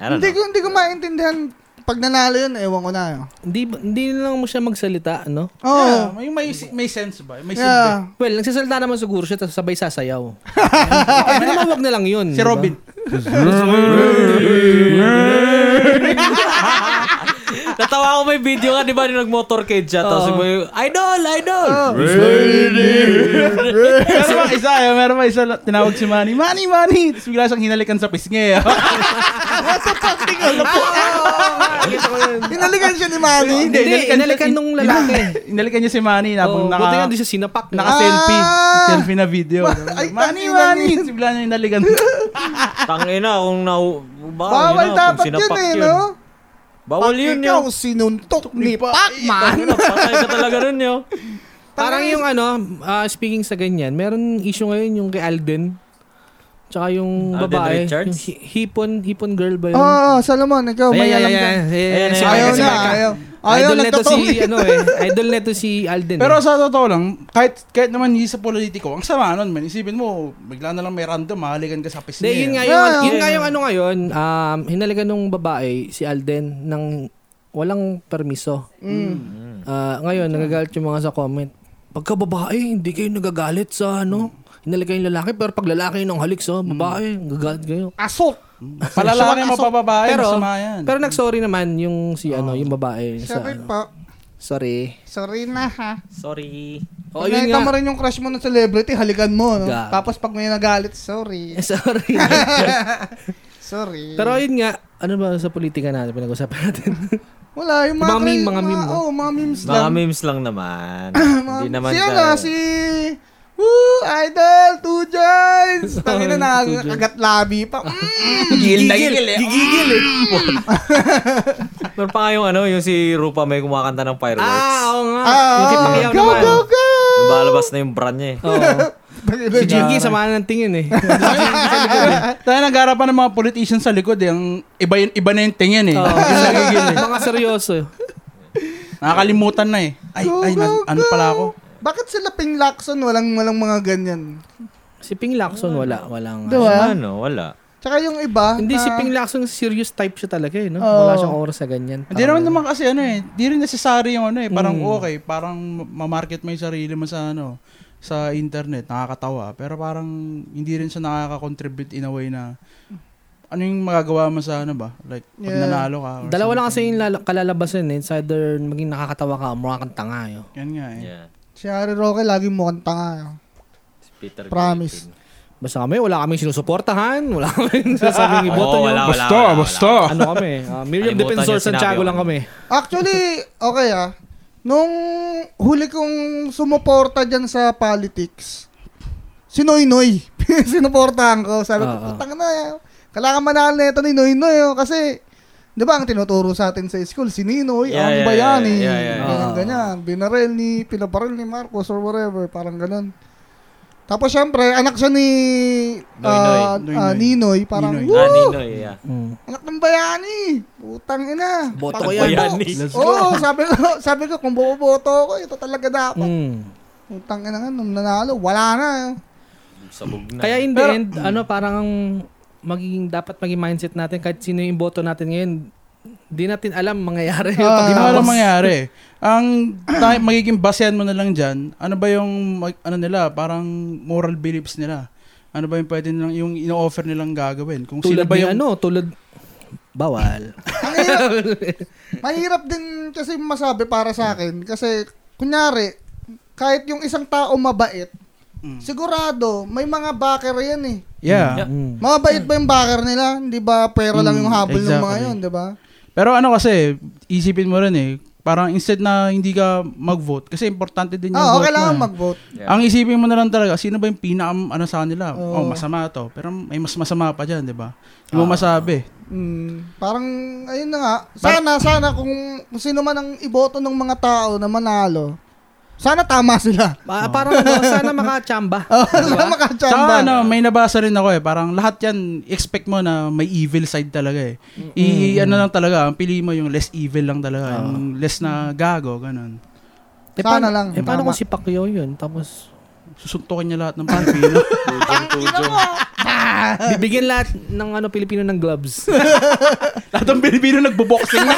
I don't
hindi ko,
know.
hindi ko maintindihan. Pag nanalo yun, ewan ko na. eh.
Hindi, hindi lang mo siya magsalita, no?
Oo.
Yeah,
Oh,
may, may, may sense ba? May
yeah.
silbi.
Well, nagsasalita naman siguro siya, tapos sabay
[laughs]
sasayaw. Pwede naman wag na lang yun.
Si
di Ano ba? [laughs]
Robin.
[laughs] Natawa ako may video ka, di ba, nung nag-motorcade siya. Tapos
Oo.
may, idol, idol!
Oh.
meron bang isa? Eh? Meron bang isa? na Tinawag si Manny, Manny, Manny! Tapos bigla siyang hinalikan sa
[laughs]
pisngi. eh.
[laughs] Inalikan siya ni Manny.
Ano, Hindi, inalikan nung
[laughs]
lalaki.
Inalikan niya si Manny habang
Oo,
naka...
Oh, buti nga hindi siya sinapak. no?
Naka-selfie.
Ah!
Selfie na video.
Ay,
Money,
tangina
money.
yun.
Tapos bigla niya inalikan.
Tangina, kung na... Bawal,
Bawal
yun, ah,
dapat
kung
yun
sinapak
eh, no?
Bawal yun yun.
Ikaw sinuntok ni Pacman.
Tangina, patay ka talaga nun yun.
Parang yung ano, ah, speaking sa ganyan, meron issue ngayon yung kay Alden. Tsaka yung
Alden
babae.
Richards?
Yung hi- hipon, hipon girl ba yun?
Oo, oh, Solomon, ikaw may alam ka.
Ayan,
Si
ayan,
Ayaw
Micah, si
na,
Micah.
ayaw. Ayaw,
Idol neto si,
nagtotomi.
ano eh. Idol neto si Alden.
Pero
eh.
sa totoo lang, kahit, kahit naman hindi sa politiko, ang sama nun, man. Isipin mo, bigla na lang may random, mahalikan ka sa pisngi.
Hindi, yun nga
ah.
yung,
Yeah.
yun nga yung ano ngayon, um, hinalikan nung babae, si Alden, ng walang permiso.
Mm.
Mm. Hmm.
Ah, ngayon, nagagalit yung mga sa comment. Pagka babae, hindi kayo nagagalit sa ano. Hinalikan yung lalaki, pero pag lalaki yung halik sa
Hmm.
babae, nagagalit kayo.
Asok.
Palalaki mo pababae,
Pero-
masama yan. Oh.
Pero nag-sorry naman yung si ano, yung babae. Sa,
Sorry
ano.
pa.
Sorry.
Sorry na ha.
Sorry.
Oh,
Oh, yun
Nakita mo
nga.
rin yung crush mo ng celebrity, halikan mo. No?
Gag.
Tapos pag may nagalit, sorry.
[laughs] Sorry.
Sorry.
pero yun nga, ano ba sa politika natin, pinag-usapan natin?
Wala, yung mga,
Mga meme,
cra-
mga meme, no?
Oo, mga memes lang.
Mga memes lang
[clears throat]
naman. Hindi naman
si ano,
ka-
si... Woo! Idol! Two Jones!
[laughs]
Tangina na,
Two Jones.
kagat labi pa. Mm!
Gigil na gigil eh. Gigil eh.
Meron pa nga yung ano, yung si Rupa may kumakanta ng fireworks.
ah, oo nga. yung
Ah,
kay Pacquiao
go,
naman.
go, go!
Balabas na yung brand niya eh.
Oo.
Tangina
Si
na.
Jinky, sama ng tingin eh.
Tayo nagharapan ng mga politician sa likod eh. Ang iba, yun- iba na yung tingin eh.
Oo.
Bigla gigil eh.
Mga seryoso.
Nakakalimutan na eh. Ay,
Go,
ay,
go,
nan- ano pala ako?
Bakit sila Ping Lacson walang, walang mga ganyan?
Si Ping Lacson, wala. Walang...
Diba?
Ano, wala.
Tsaka yung iba,
Hindi, si
na-
Ping Lacson, serious type siya talaga eh. No?
Oo.
Wala siyang oras sa ganyan.
Hindi naman naman kasi ano eh, di rin necessary yung ano eh, parang
Mm.
okay, parang ma-market mo yung sarili mo sa ano, sa internet, nakakatawa. Pero parang hindi rin siya nakaka-contribute in a way na, ano yung magagawa mo sa ano ba? Like, pag
Yeah.
nanalo ka. or
Dalawa lang
something.
kasi yung lala- kalalabasan eh. It's either maging nakakatawa ka o mukha kang tanga. Yo.
Yan nga eh.
Yeah.
si Harry Roque lagi mukhang tanga.
Si Peter
Promise.
Griffin.
Basta kami, wala kaming sinusuportahan. Wala kaming sasabing iboto
Oo,
nyo.
wala, Ah, wala, Basta, wala, wala. basta.
Ano kami? Uh, Miriam
Kalimutan
Defensor
niya sinabi
Santiago
ko.
lang kami.
Actually, okay ah. Nung huli kong sumuporta dyan sa politics, si Noy Noy. [laughs] Sinuportahan ko. Sabi ko,
Oo.
putang na. Kailangan manalo na ito ni Noy Noy. oh." Kasi, di ba ang tinuturo sa atin sa school, si Ninoy,
Yeah,
ang
yeah,
bayani.
yeah, yeah, yeah,
yeah.
Ganyan,
Oo.
ganyan. Binarel ni, pinabarel ni Marcos or whatever. Parang ganun. Tapos syempre, anak siya ni
Noynoy.
ah,
Noynoy.
ah, Ninoy. Parang,
Ninoy.
"Woo!
Ah, Ninoy, yeah.
Mm.
Anak ng bayani. Putang ina.
Boto
Pag-
ko yan.
Bayani.
Let's go.
Oo, sabi ko, [laughs] sabi ko kung boboto ko, ito talaga dapat.
Mm.
Hmm.
Utang ina nga, nung nanalo, wala na.
Sabog na.
Kaya in the
Pero-
end, ano, parang ang magiging, dapat maging mindset natin kahit sino yung boto natin ngayon, di natin alam mangyayari. yun pag
Hindi mo alam
hinawas.
Ah, mangyari. Ang time, magiging basehan mo na lang dyan, ano ba yung, mag- ano nila, parang moral beliefs nila. Ano ba yung pwede nilang, yung ino-offer nilang gagawin? Kung sino
Tulad
ba
ba
yung,
ano, tulad, bawal.
Ang
[laughs]
hirap, mahirap din kasi masabi para sa akin. Kasi, kunyari, kahit yung isang tao mabait,
Hmm.
Sigurado, may mga backer yan eh.
Yeah.
Mm.
Mga bait ba yung backer nila? Hindi ba pera lang yung
Mm,
habol ng mga
exactly.
yun, di ba?
Pero ano kasi, isipin mo rin eh, parang instead na hindi ka mag-vote, kasi importante din yung
Oo,
vote mo.
kailangan
eh.
Ah, mag-vote.
Yeah.
Ang isipin mo na lang talaga, sino ba yung pinaka, ano sa kanila?
Oo.
Oh, masama to. Pero may mas masama pa dyan, di ba? Hindi
Ah.
mo masabi.
Mm, parang, ayun na nga. Sana, sana kung, kung sino man ang iboto ng mga tao na manalo, sana tama sila.
Ah, parang ano, sana makachamba.
Oh, sana
Saka
makachamba.
ano, may nabasa rin ako eh, parang lahat yan, expect mo na may evil side talaga eh. I, ano lang talaga, ang pili mo yung less evil lang
Ah.
talaga, yung less na gago, ganun.
Eh,
Sana
paano,
lang.
Eh, paano
Tama.
kung si Pacquiao yun? Tapos,
Susuntukin niya lahat ng Pilipino.
[laughs] Ano?
bibigyan lahat ng ano, Pilipino ng gloves.
lahat ng Pilipino nagbo-boxing na.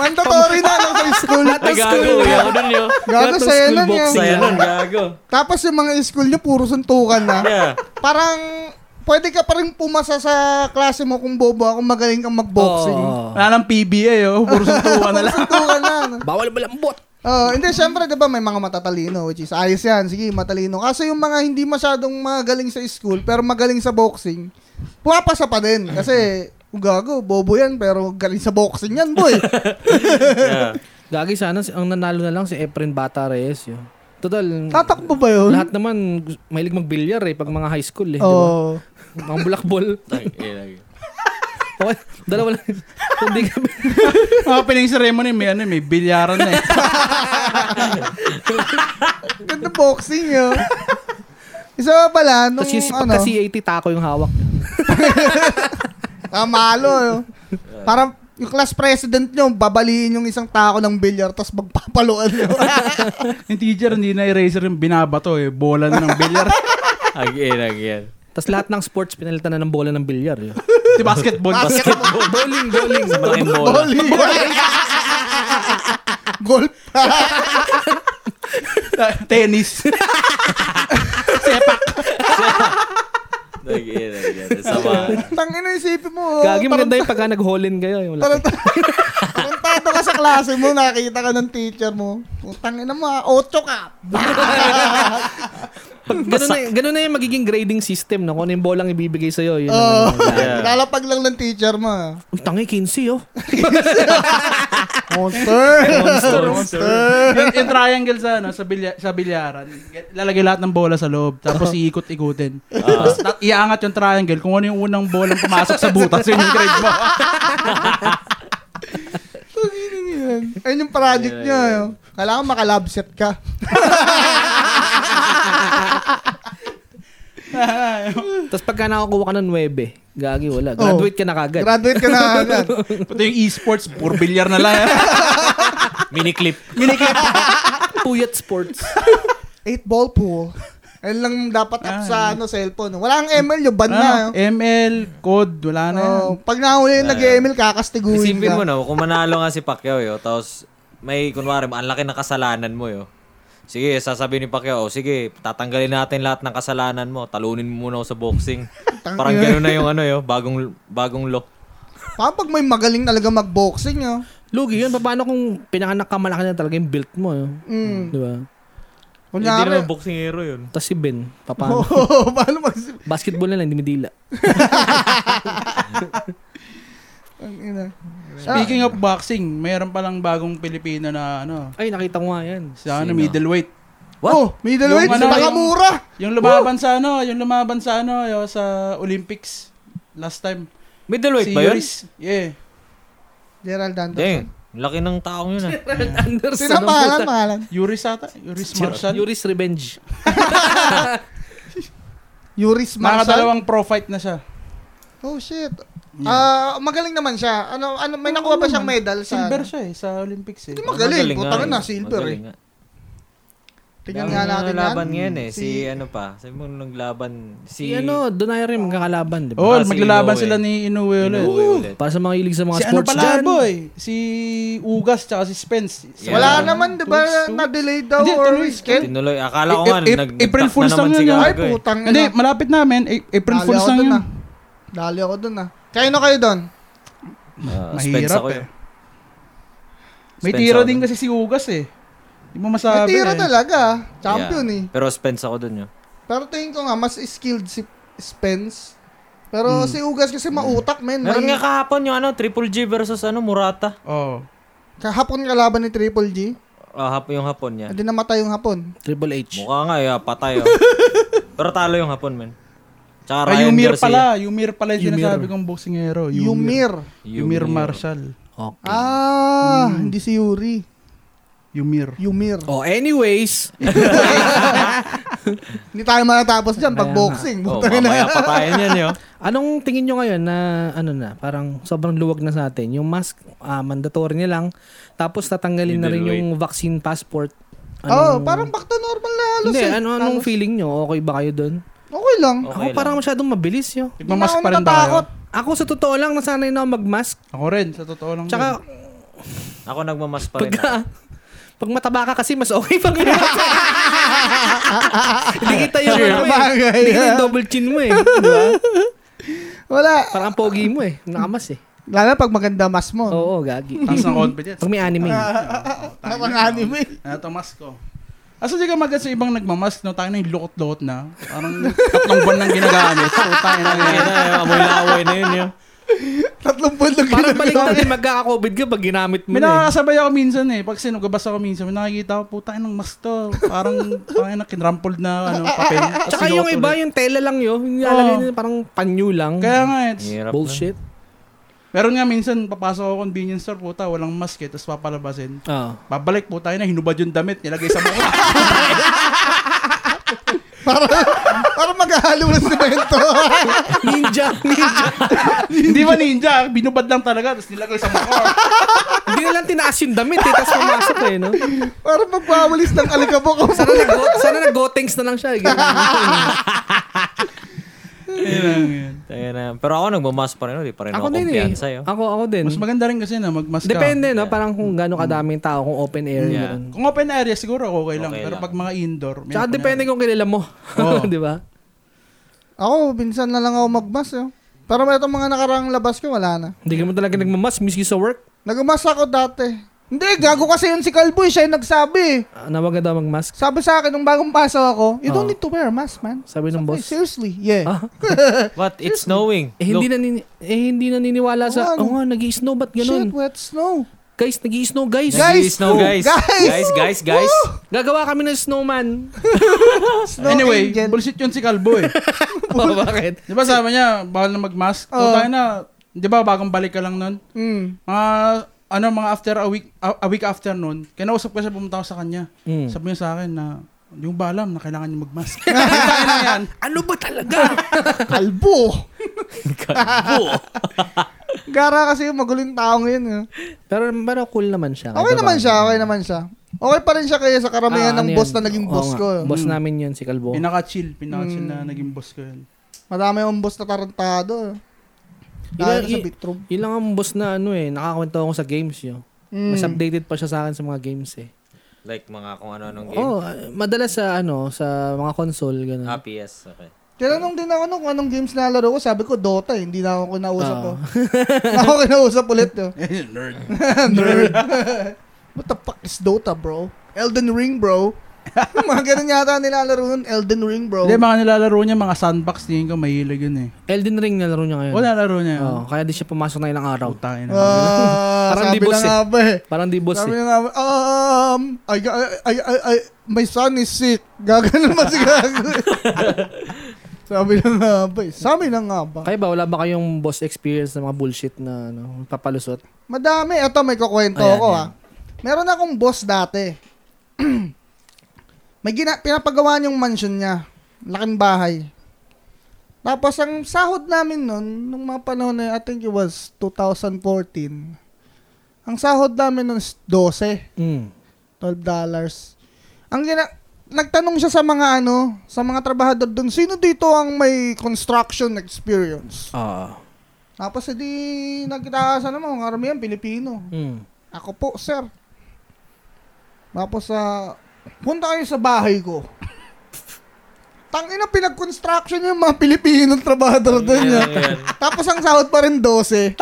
Mandatory na lang sa school.
[laughs] Ay, gago. Yaw ko dun yun.
Gago
Lahat ng
sa
school
yan
boxing
Saya
yan.
nun, gago.
Tapos yung mga school nyo, puro suntukan na.
Yeah.
Parang, pwede ka pa rin pumasa sa klase mo kung bobo kung magaling kang mag-boxing.
Ah.
Oo.
Wala ng PBA oh, puro suntukan na
Puro
[laughs]
lang.
suntukan na. no?
Bawal balambot.
Oo, Oh, hindi, syempre, di ba, may mga matatalino, which is, ayos yan, sige, matalino. Kaso yung mga hindi masyadong magaling sa school, pero magaling sa boxing, pumapasa pa din. Kasi, "Oh, gago, bobo yan, pero galing sa boxing yan,
[laughs]
boy.
Yeah.
Gagi sana, si- ang nanalo na lang si Efren Bata Reyes yun. Total,
Tatakbo ba yun?
lahat naman gus- mahilig magbilyar eh, pag mga high school eh.
Oo.
Diba? Mga bulakbol.
Ay, eh, lagi.
Okay, dalawa lang. Hindi kami.
Mga piling ceremony, may ano, may bilyaran na
[laughs]
eh.
Ganda boxing
[laughs]
yun. Isa pa pala, nung
Tapos yung si-
ano,
pagka CAT, tako yung hawak.
kamalo. ah, Parang yung class president nyo, babaliin yung isang tako ng bilyar, tapos magpapaluan
[laughs]
nyo.
Yung teacher, hindi na eraser yung binabato eh. Bola na ng
[laughs]
bilyar.
Ay, eh, lagi yan.
Tapos lahat ng sports, pinalitan na ng bola ng bilyar.
[laughs]
eh. Yun.
Di basketball. [laughs]
Basketball. bowling, bowling. Sa malaking bola. [laughs]
Bowling. Golf.
Tennis.
Lagi, eh, lagi yan. Sama.
Tang ina isipin mo. oh.
Gagi maganda
Tarant-
yung pagka nag-holin kayo. eh, Yung laki.
tarant- [laughs] Tarantado ka sa klase mo, nakita ka ng teacher mo. Putang ina mo, ah, ocho ka.
Pag, ganun, na, ganun na yung magiging grading system. No? Kung ano yung bolang ibibigay sa'yo. Yun
Oo.
ang ano.
Kinalapag lang ng teacher mo. ah.
Uy, tangi, 15 oh.
Monster. [laughs] Monster.
yung, yung triangle sa, ano, sa, bilya, sa bilyaran, lalagay lahat ng bola sa loob, tapos iikot-ikutin. Tapos ta- iaangat yung triangle, kung ano yung unang bolang pumasok sa butas, yun yung grade mo.
Ayun yung project niya. oh. Kailangan makalabset ka.
Tapos pagka nakakuha ka ng 9, gagi, wala. Graduate ka na kagad. [laughs]
Graduate ka na
[laughs]
agad.
Pati yung esports, puro bilyar na lang.
Mini clip.
Puyat sports.
Eight ball pool. Ayun lang dapat
Ah.
app sa ano, cellphone. Wala ang ML, yung ban na.
Ano,
oh.
ML, code,
Eh,
wala na yan.
Oh, pag nahuli yung nag-ML,
ano
kakastiguin ka.
Ah. Isipin mo no, kung manalo nga si Pacquiao yo, tapos may kunwari, ang laki ng kasalanan mo yo. Sige, sasabihin ni Pacquiao, "O, sige, tatanggalin natin lahat ng kasalanan mo. Talunin mo muna ako sa
[laughs]
boxing. Parang gano'n na yung ano yo, bagong bagong law.
Kapag may magaling talaga mag-boxing, oh.
Lugi yun. Paano kung pinakanakamalakas na talaga yung built mo? Yun?
Mm.
Di ba?
Hindi
Kunyari,
naman boxing hero yun.
Tapos si Ben,
[laughs] Oo,
paano?
paano mag...
Basketball na lang, dinidila.
Ang ina. Ah,
Speaking of boxing, mayroon palang bagong Pilipino na ano,
Ay, nakita ko nga yan.
sa ano,
Sino?
middleweight.
What?
Oh, middleweight,
Yung ano,
baka
yung-
mura.
Yung lumaban sa ano, yung lumaban sa ano, yo, sa Olympics last time.
Middleweight ba yun?
Yoris. Yeah.
Gerald Anderson.
Dang, laki ng taong yun ah.
Gerald Anderson.
Sino ang
Ano
pangalan, pangalan?
Yuris ata? Yuris Marshall?
Yuri's Revenge.
Yuris Marshall.
Nakadalawang pro fight na siya.
Oh, shit. Ah, magaling naman siya. Ano, ano, may nakuha ba siyang medal sa... ano?
Silver siya eh, sa Olympics eh.
Hindi [laughs] magaling.
nga
Putang
eh.
na, silver
Magaling nga. Ang
Tingnan nga natin yan.
laban ngayon eh. Si, ano pa, sabi mo nung laban, si...
Si ano, Donaire rin magkakalaban, di ba?
Oh,
Ah, si
maglalaban
Inoue.
sila ni Inoue ulit.
Inoue ulit.
Para sa mga hilig sa mga
Si ano
sports
pala
dyan.
boy? Si Ugas tsaka si ano? Spence.
Yeah.
Wala
Two,
naman, di ba, na-delay daw
Hindi,
or
tuloy.
schedule?
Tinuloy. Akala ko
I-
nga,
I-
nag-
April
nagtak na
Fool's
naman
lang
si
yun, ah.
Ay,
Gago eh.
putang
Hindi,
ina.
malapit namin. A- April
Dali
Fools
ako
lang
dun,
yun.
ah. Dali ako dun, ah. Kaino kayo dun?
Ah, Spence
Mahirap
ako
eh.
yun.
May
Spence
tiro
ako
din
dun.
kasi si Ugas eh. Hindi mo masabi
May tira
eh.
talaga. Champion,
Yeah.
eh.
Pero Spence ako dun yun.
Pero tingin ko nga, mas skilled si Spence. Pero
Hmm.
si Ugas kasi mautak, men.
Meron
May-
nga kahapon yung ano, Triple G versus ano, Murata.
Oo.
Kahapon kalaban ni Triple G.
Ah, hap- yung hapon niya.
Hindi namatay yung hapon.
Triple H.
Mukha nga, yeah, patay. Oh. Pero talo yung hapon, men.
Ay,
Tsaka Ah, Ryan
Ah, Yumir
Garcia.
pala. Yumir pala yung sinasabi kong boksingero.
Yumir.
Oh, Yumir Marshall.
Okay.
Ah, hindi si Yuri.
Yumir.
Yumir.
Oh, anyways, [laughs]
Hindi tayo matatapos dyan pag boxing.
Oh,
Putang ina.
mamaya patayin yan, yo.
anong tingin nyo ngayon na ano na, parang sobrang luwag na sa atin? Yung mask, ah, mandatory na lang. Tapos tatanggalin na rin yung vaccine passport.
Oh,
Oo,
Anong-
parang back to normal na halos
Hindi,
eh.
ano, anong
Halos.
feeling nyo? Okay ba kayo doon?
Okay lang.
Ako
Okay
parang masyadong mabilis yo.
Nagmamask pa
Hindi na ako
rin tayo.
natatakot.
Ako sa totoo lang, nasanay na ako mag-mask.
Ako rin, sa totoo lang.
Tsaka,
yun.
Ako nagmamas pa rin.
pagka, pag mataba ka kasi, mas okay pag
[laughs]
Hindi kita yung, ano, eh.
Bagay,
Hindi kita
ah.
yung double chin mo eh. Di ba?
Wala.
Parang ang pogi mo eh. Nakamas eh.
Lalo na pag maganda mas mo.
Oh.
Oo, gagi.
Taas ng confidence. Ah,
Pag may anime.
Parang anime.
Ano to, mask ko. Asa Ah, di ka maganda sa ibang nagmamask, no? Tayo na yung lukot-lukot na. Parang tatlong buwan nang ginagamit. So, tayo na
Ayun na, yo. Amoy laway na yun, yo.
Tatlong buwan lang
Parang
ginagawa.
baliktad din magkaka-COVID ka pag ginamit mo
May
na eh.
nakakasabay ako minsan eh. Pag sinugabas ako minsan, may nakikita ko, puta ng mask to. Parang, parang na kinrampled na ano, papel. Tapos
[laughs] Tsaka yung
sinuot
iba,
ulit.
yung tela lang yun. Yung ilalagay
Oo.
nila parang panyo lang.
Oh. Kaya nga, it's,
Hirap
Bullshit.
meron nga minsan, papasok ako convenience store, puta, walang mask eh, tapos papalabasin.
Oo.
Babalik po tayo na hinubad yung damit, nilagay sa mukha. [laughs]
Parang, parang maghahalo ng
[laughs]
semento.
Ninja, [laughs] ninja.
Hindi ba ninja? Binubad lang talaga, tapos nilagay sa
[laughs]
mukha.
Hindi na lang tinaas yung damit eh, tapos pumasok eh, no?
parang magpawalis ng alikabok.
Sana nag sana nag-gotings na lang siya. eh.
Ayun na. Pero ako nagmamas pa rin, oh. di pa rin
ako
ako,
din eh.
kumpiyansa, oh. yo.
Ako, ako din.
Mas maganda rin kasi na magmask ka.
Depende, no? Parang kung gano'ng
Mm-hmm.
kadaming tao, kung open air.
Yeah.
ganun.
Kung open area, siguro okay lang.
Okay
Pero
lang.
pag mga indoor, may
Tsaka
ano
depende kung kilala mo.
Oo.
[laughs] Di ba?
Ako, minsan na lang ako magmas. Eh. Pero may itong mga nakarang labas ko, wala na.
Hindi ka mo talaga nagmamas, miski sa work.
Nagmas ako dati. Hindi, gago kasi yun si Calboy. Siya yung nagsabi. eh.
Ah, na wag na daw magmask.
Sabi sa akin nung bagong pasok ako, you don't
Oh.
need to wear a mask, man.
Sabi ng
Boss.
boss.
seriously, yeah.
Ah,
What? It's snowing.
eh, hindi, nanini- eh, hindi naniniwala sa,
Oo,
oh nga, nag-i-snow, ba't
Shit,
ganun?
wet snow.
Guys, nag-i-snow, guys.
Guys!
snow, guys.
Guys!
Guys, guys, guys.
Gagawa kami ng snowman. [laughs]
yan. Anyway,
angel.
bullshit yun si Calbo eh.
[laughs] oh, bakit?
Di ba sabi niya, bawal na magmask?
Oo.
O tayo na, di ba bagong balik ka lang nun?
Mm.
Mga, ano, mga after a week, a, a week after nun, kinausap ko siya, pumunta ako sa kanya.
Mm.
Sabi niya sa akin na, hindi ko ba alam na kailangan niya magmask?
[laughs]
Tayo na yan.
Ano ba talaga?
[laughs] Kalbo. Gara kasi yung maguling tao ngayon. eh.
[laughs] pero, pero cool naman siya.
Okay
Diba?
naman siya, okay naman siya. Okay pa rin siya kaya sa karamihan
Ah,
ng
ano
boss
yun?
na naging
Oo
boss
nga.
ko. eh. Mm.
Boss namin yun, si Calvo.
Pinaka-chill, pinaka-chill
Hmm.
na naging boss ko yun.
Madami yung boss na tarantado. eh. Dahil
Ilan-
sa Bitroom.
Yun lang ang boss na ano eh, nakakwento ako sa games yun. Mas
Mm.
updated pa siya sa akin sa mga games eh.
Like mga kung ano ano-anong game.
Oo, Oh, madalas sa ano, sa mga console, gano'n.
Ah, PS. Okay.
Tinanong din ako nung kung anong games na laro ko. Sabi ko, Dota. eh. Hindi na ako kinausap
Ah.
ko. ako kinausap ulit. Yo.
Nerd.
Nerd. What the fuck is Dota, bro? Elden Ring, bro. mga ganun yata ang nilalaro nun. Elden Ring, bro.
Hindi, mga nilalaro niya, mga sandbox, tingin ko mahilig yun eh.
Elden Ring nalaro niya ngayon.
O nilalaro niya.
Hmm. Oo,
Oh.
kaya di siya pumasok na ilang araw.
Putangin na.
Ah,
Parang
sabi
di boss
na nga ba eh.
Parang di boss
Sabi
eh.
na nga ba, um, I, I, I, I, I, my son is sick. Gaganon ba si Gago?
[laughs]
sabi na nga ba eh. Sabi na nga ba.
Kaya ba, wala ba kayong boss experience na mga bullshit na ano, papalusot?
Madami. Ito, may kukwento
Ayan,
ako
ayan.
ah. Meron akong boss dati. [clears throat] may gina- pinapagawa yung mansion niya. Laking bahay. Tapos ang sahod namin nun, nung mga panahon na yun, I think it was 2014, ang sahod namin nun is 12.
Hmm.
Mm.
12 dollars. Ang gina nagtanong siya sa mga ano, sa mga trabahador doon, sino dito ang may construction experience?
Ah.
Tapos edi nagtaasa naman, karamihan Pilipino.
Mm.
Ako po, sir. Tapos sa punta kayo sa bahay ko. Tangina pinag-construction yung mga Pilipinong trabahador doon niya.
Ayan, ayan.
Tapos ang sahod pa rin 12.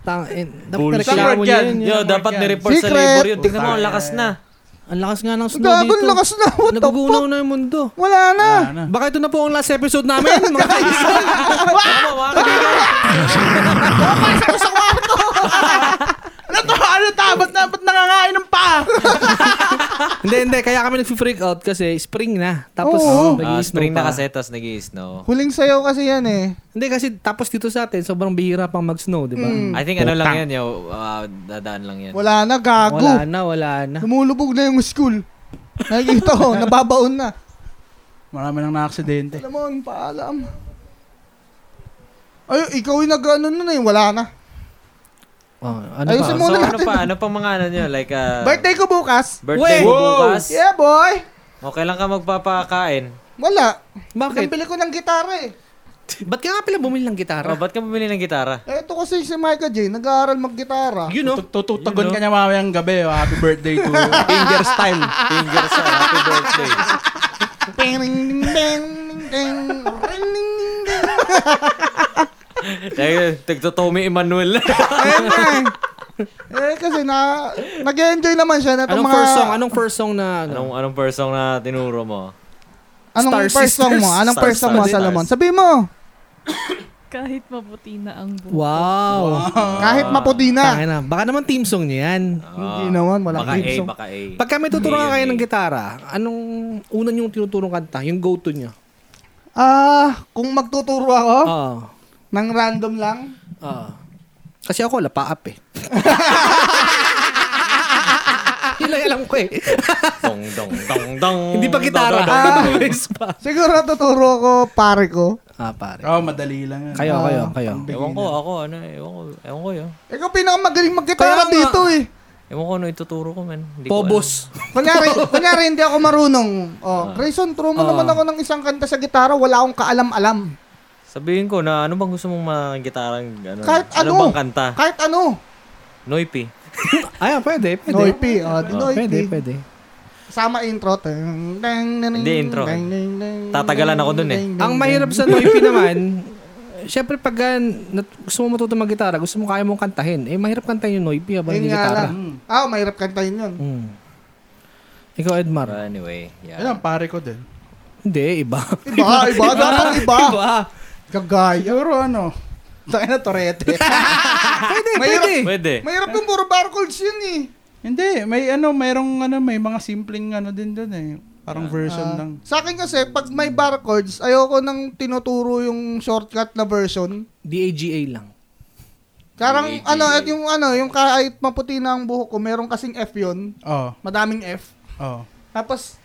Tang, eh, dapat
Bullshit.
reklamo
Summer
niya
yan.
yun.
[laughs] Yo, dapat ni-report sa
Secret.
labor yun. Tingnan mo, ang lakas na.
Ang lakas nga ng snow
Gago,
dito.
lakas na. What the fuck?
Nagugunaw na yung mundo.
[laughs] Wala na.
Ah.
Wala na.
Baka ito na po ang last episode namin,
[laughs]
mga kaibigan.
Tama, Ah, mga kaibigan.
Ano to? Ano to? Ba't, na, ba't nangangain ng paa?
hindi, hindi. Kaya kami nag-freak out kasi spring na. Tapos,
Oo.
Ah,
nag-i-snow
spring na
pa.
kasi, tas nag-i-snow.
Huling sayaw kasi yan eh.
Hindi kasi tapos dito sa atin, sobrang bihira pang mag-snow, di ba?
Hmm.
I think ano lang yan, yo, ah, dadaan lang yan.
Wala na, gago.
Wala na, wala na.
Lumulubog na yung school. Nakikita
[laughs]
ko, nababaon na.
[laughs] Marami nang naaksidente.
Alam mo, ang paalam. Ay, ikaw yung nag-ano nun eh, wala na.
Oh, ano
Ayun
ba?
sa
So,
muna
ano
natin.
pa? Ano pa mga ano nyo? Like, ah,
Birthday ko bukas.
birthday
Wait!
mo bukas?
Yeah, boy.
O, oh, kailan ka magpapakain?
Wala.
Bakit?
Nabili ko ng gitara eh.
Ba't ka nga pala bumili ng gitara?
Oh, ba't ka bumili ng gitara?
Eh, Ito kasi si Micah J, nag-aaral mag-gitara.
You know,
Tututagon
Yun, no?
ka niya mamayang gabi. oh. Happy birthday to Finger Style.
Finger sa happy
[laughs]
birthday.
Ding, ding, ding, ding, ring, ding, ding, ding.
Dahil, Tommy Emmanuel. [laughs]
Ayun nga eh. Eh, kasi na, nag-enjoy naman siya na itong
anong
mga...
first song? Anong first song na ano?
anong, anong person na tinuro mo?
Anong
Star
first song mo?
Sisters?
Anong
Star
first song mo,
Sisters.
Salomon? Sabi mo,
Kahit maputi na ang buhok.
Wow.
kahit
Ah.
maputi na.
Tangin na. Baka naman team song niya yan.
Hindi naman, walang
baka
eh,
theme
A,
song.
baka A.
Pagka may tuturuan
Hindi
kayo
yun
ng
eh.
gitara, anong una niyong tinuturong kanta? Yung go-to niyo?
Ah, kung magtuturo ako
Oo.
ng random lang,
Oo. Ah. Kasi ako, lapaap [laughs] eh. Yun lang alam ko eh.
dong, dong, dong,
[laughs]
dong.
Hindi pa gitara. [laughs] Ano
Dong, dong,
Ah.
dong, dong.
Bass pa.
siguro tuturo ko pare ko.
Ah, pare.
Oh, madali lang. yan.
Kayo,
Ah,
kayo, kayo.
Ewan ko, ako, ano, ewan ko, ewan ko yun.
Ikaw pinakamagaling mag-gitara
Kaya nga.
dito eh.
Ewan ko ano ituturo ko, man. Hindi ko
Pobos.
[laughs]
Kunyari, kunyari hindi ako marunong. Oh, Grayson, throw mo
Ah.
naman ako ng isang kanta sa gitara, wala akong kaalam-alam.
alam. Sabihin ko na ano bang gusto mong mga gitarang, ano,
Kahit
ano,
ano.
bang kanta?
Kahit ano.
Noipi.
Ayan, pwede, pwede.
Noipi. Oh, di
Oh, pwede,
Noipi.
pwede.
Sama intro. Teng, teng, teng,
Hindi intro.
teng, teng, teng,
Tatagalan ako dun eh.
teng, teng,
Ang mahirap sa Noipi naman, syempre pag ah, nat- gusto mo matuto mag-gitara, gusto mo kaya mong kantahin, eh mahirap kantahin yung Noipi habang
Yun
yung
nga
gitara.
lang. Ah, mahirap kantahin
[laughs]
yun.
Mm. Ikaw, Edmar.
But anyway, yeah.
Ayun, pare ko din.
Hindi, iba.
Iba, iba. Dapat [laughs] iba.
[laughs]
iba.
Kagaya.
Siguro ano, tayo na torete.
Pwede,
Mahirap.
pwede.
[laughs] Pwede.
Mahirap yung puro bar chords yun eh.
Hindi, may ano, mayroong ano, may mga simpleng ano din doon eh. Parang version
Ah,
lang.
Sa akin kasi, pag may bar chords, ayoko nang tinuturo yung shortcut na version.
DAGA lang.
Karang
Medyo-
ano, at yung ano, yung kahit maputi na ang buhok ko, meron kasing F yun.
Oo,
Madaming F.
oo.
Tapos,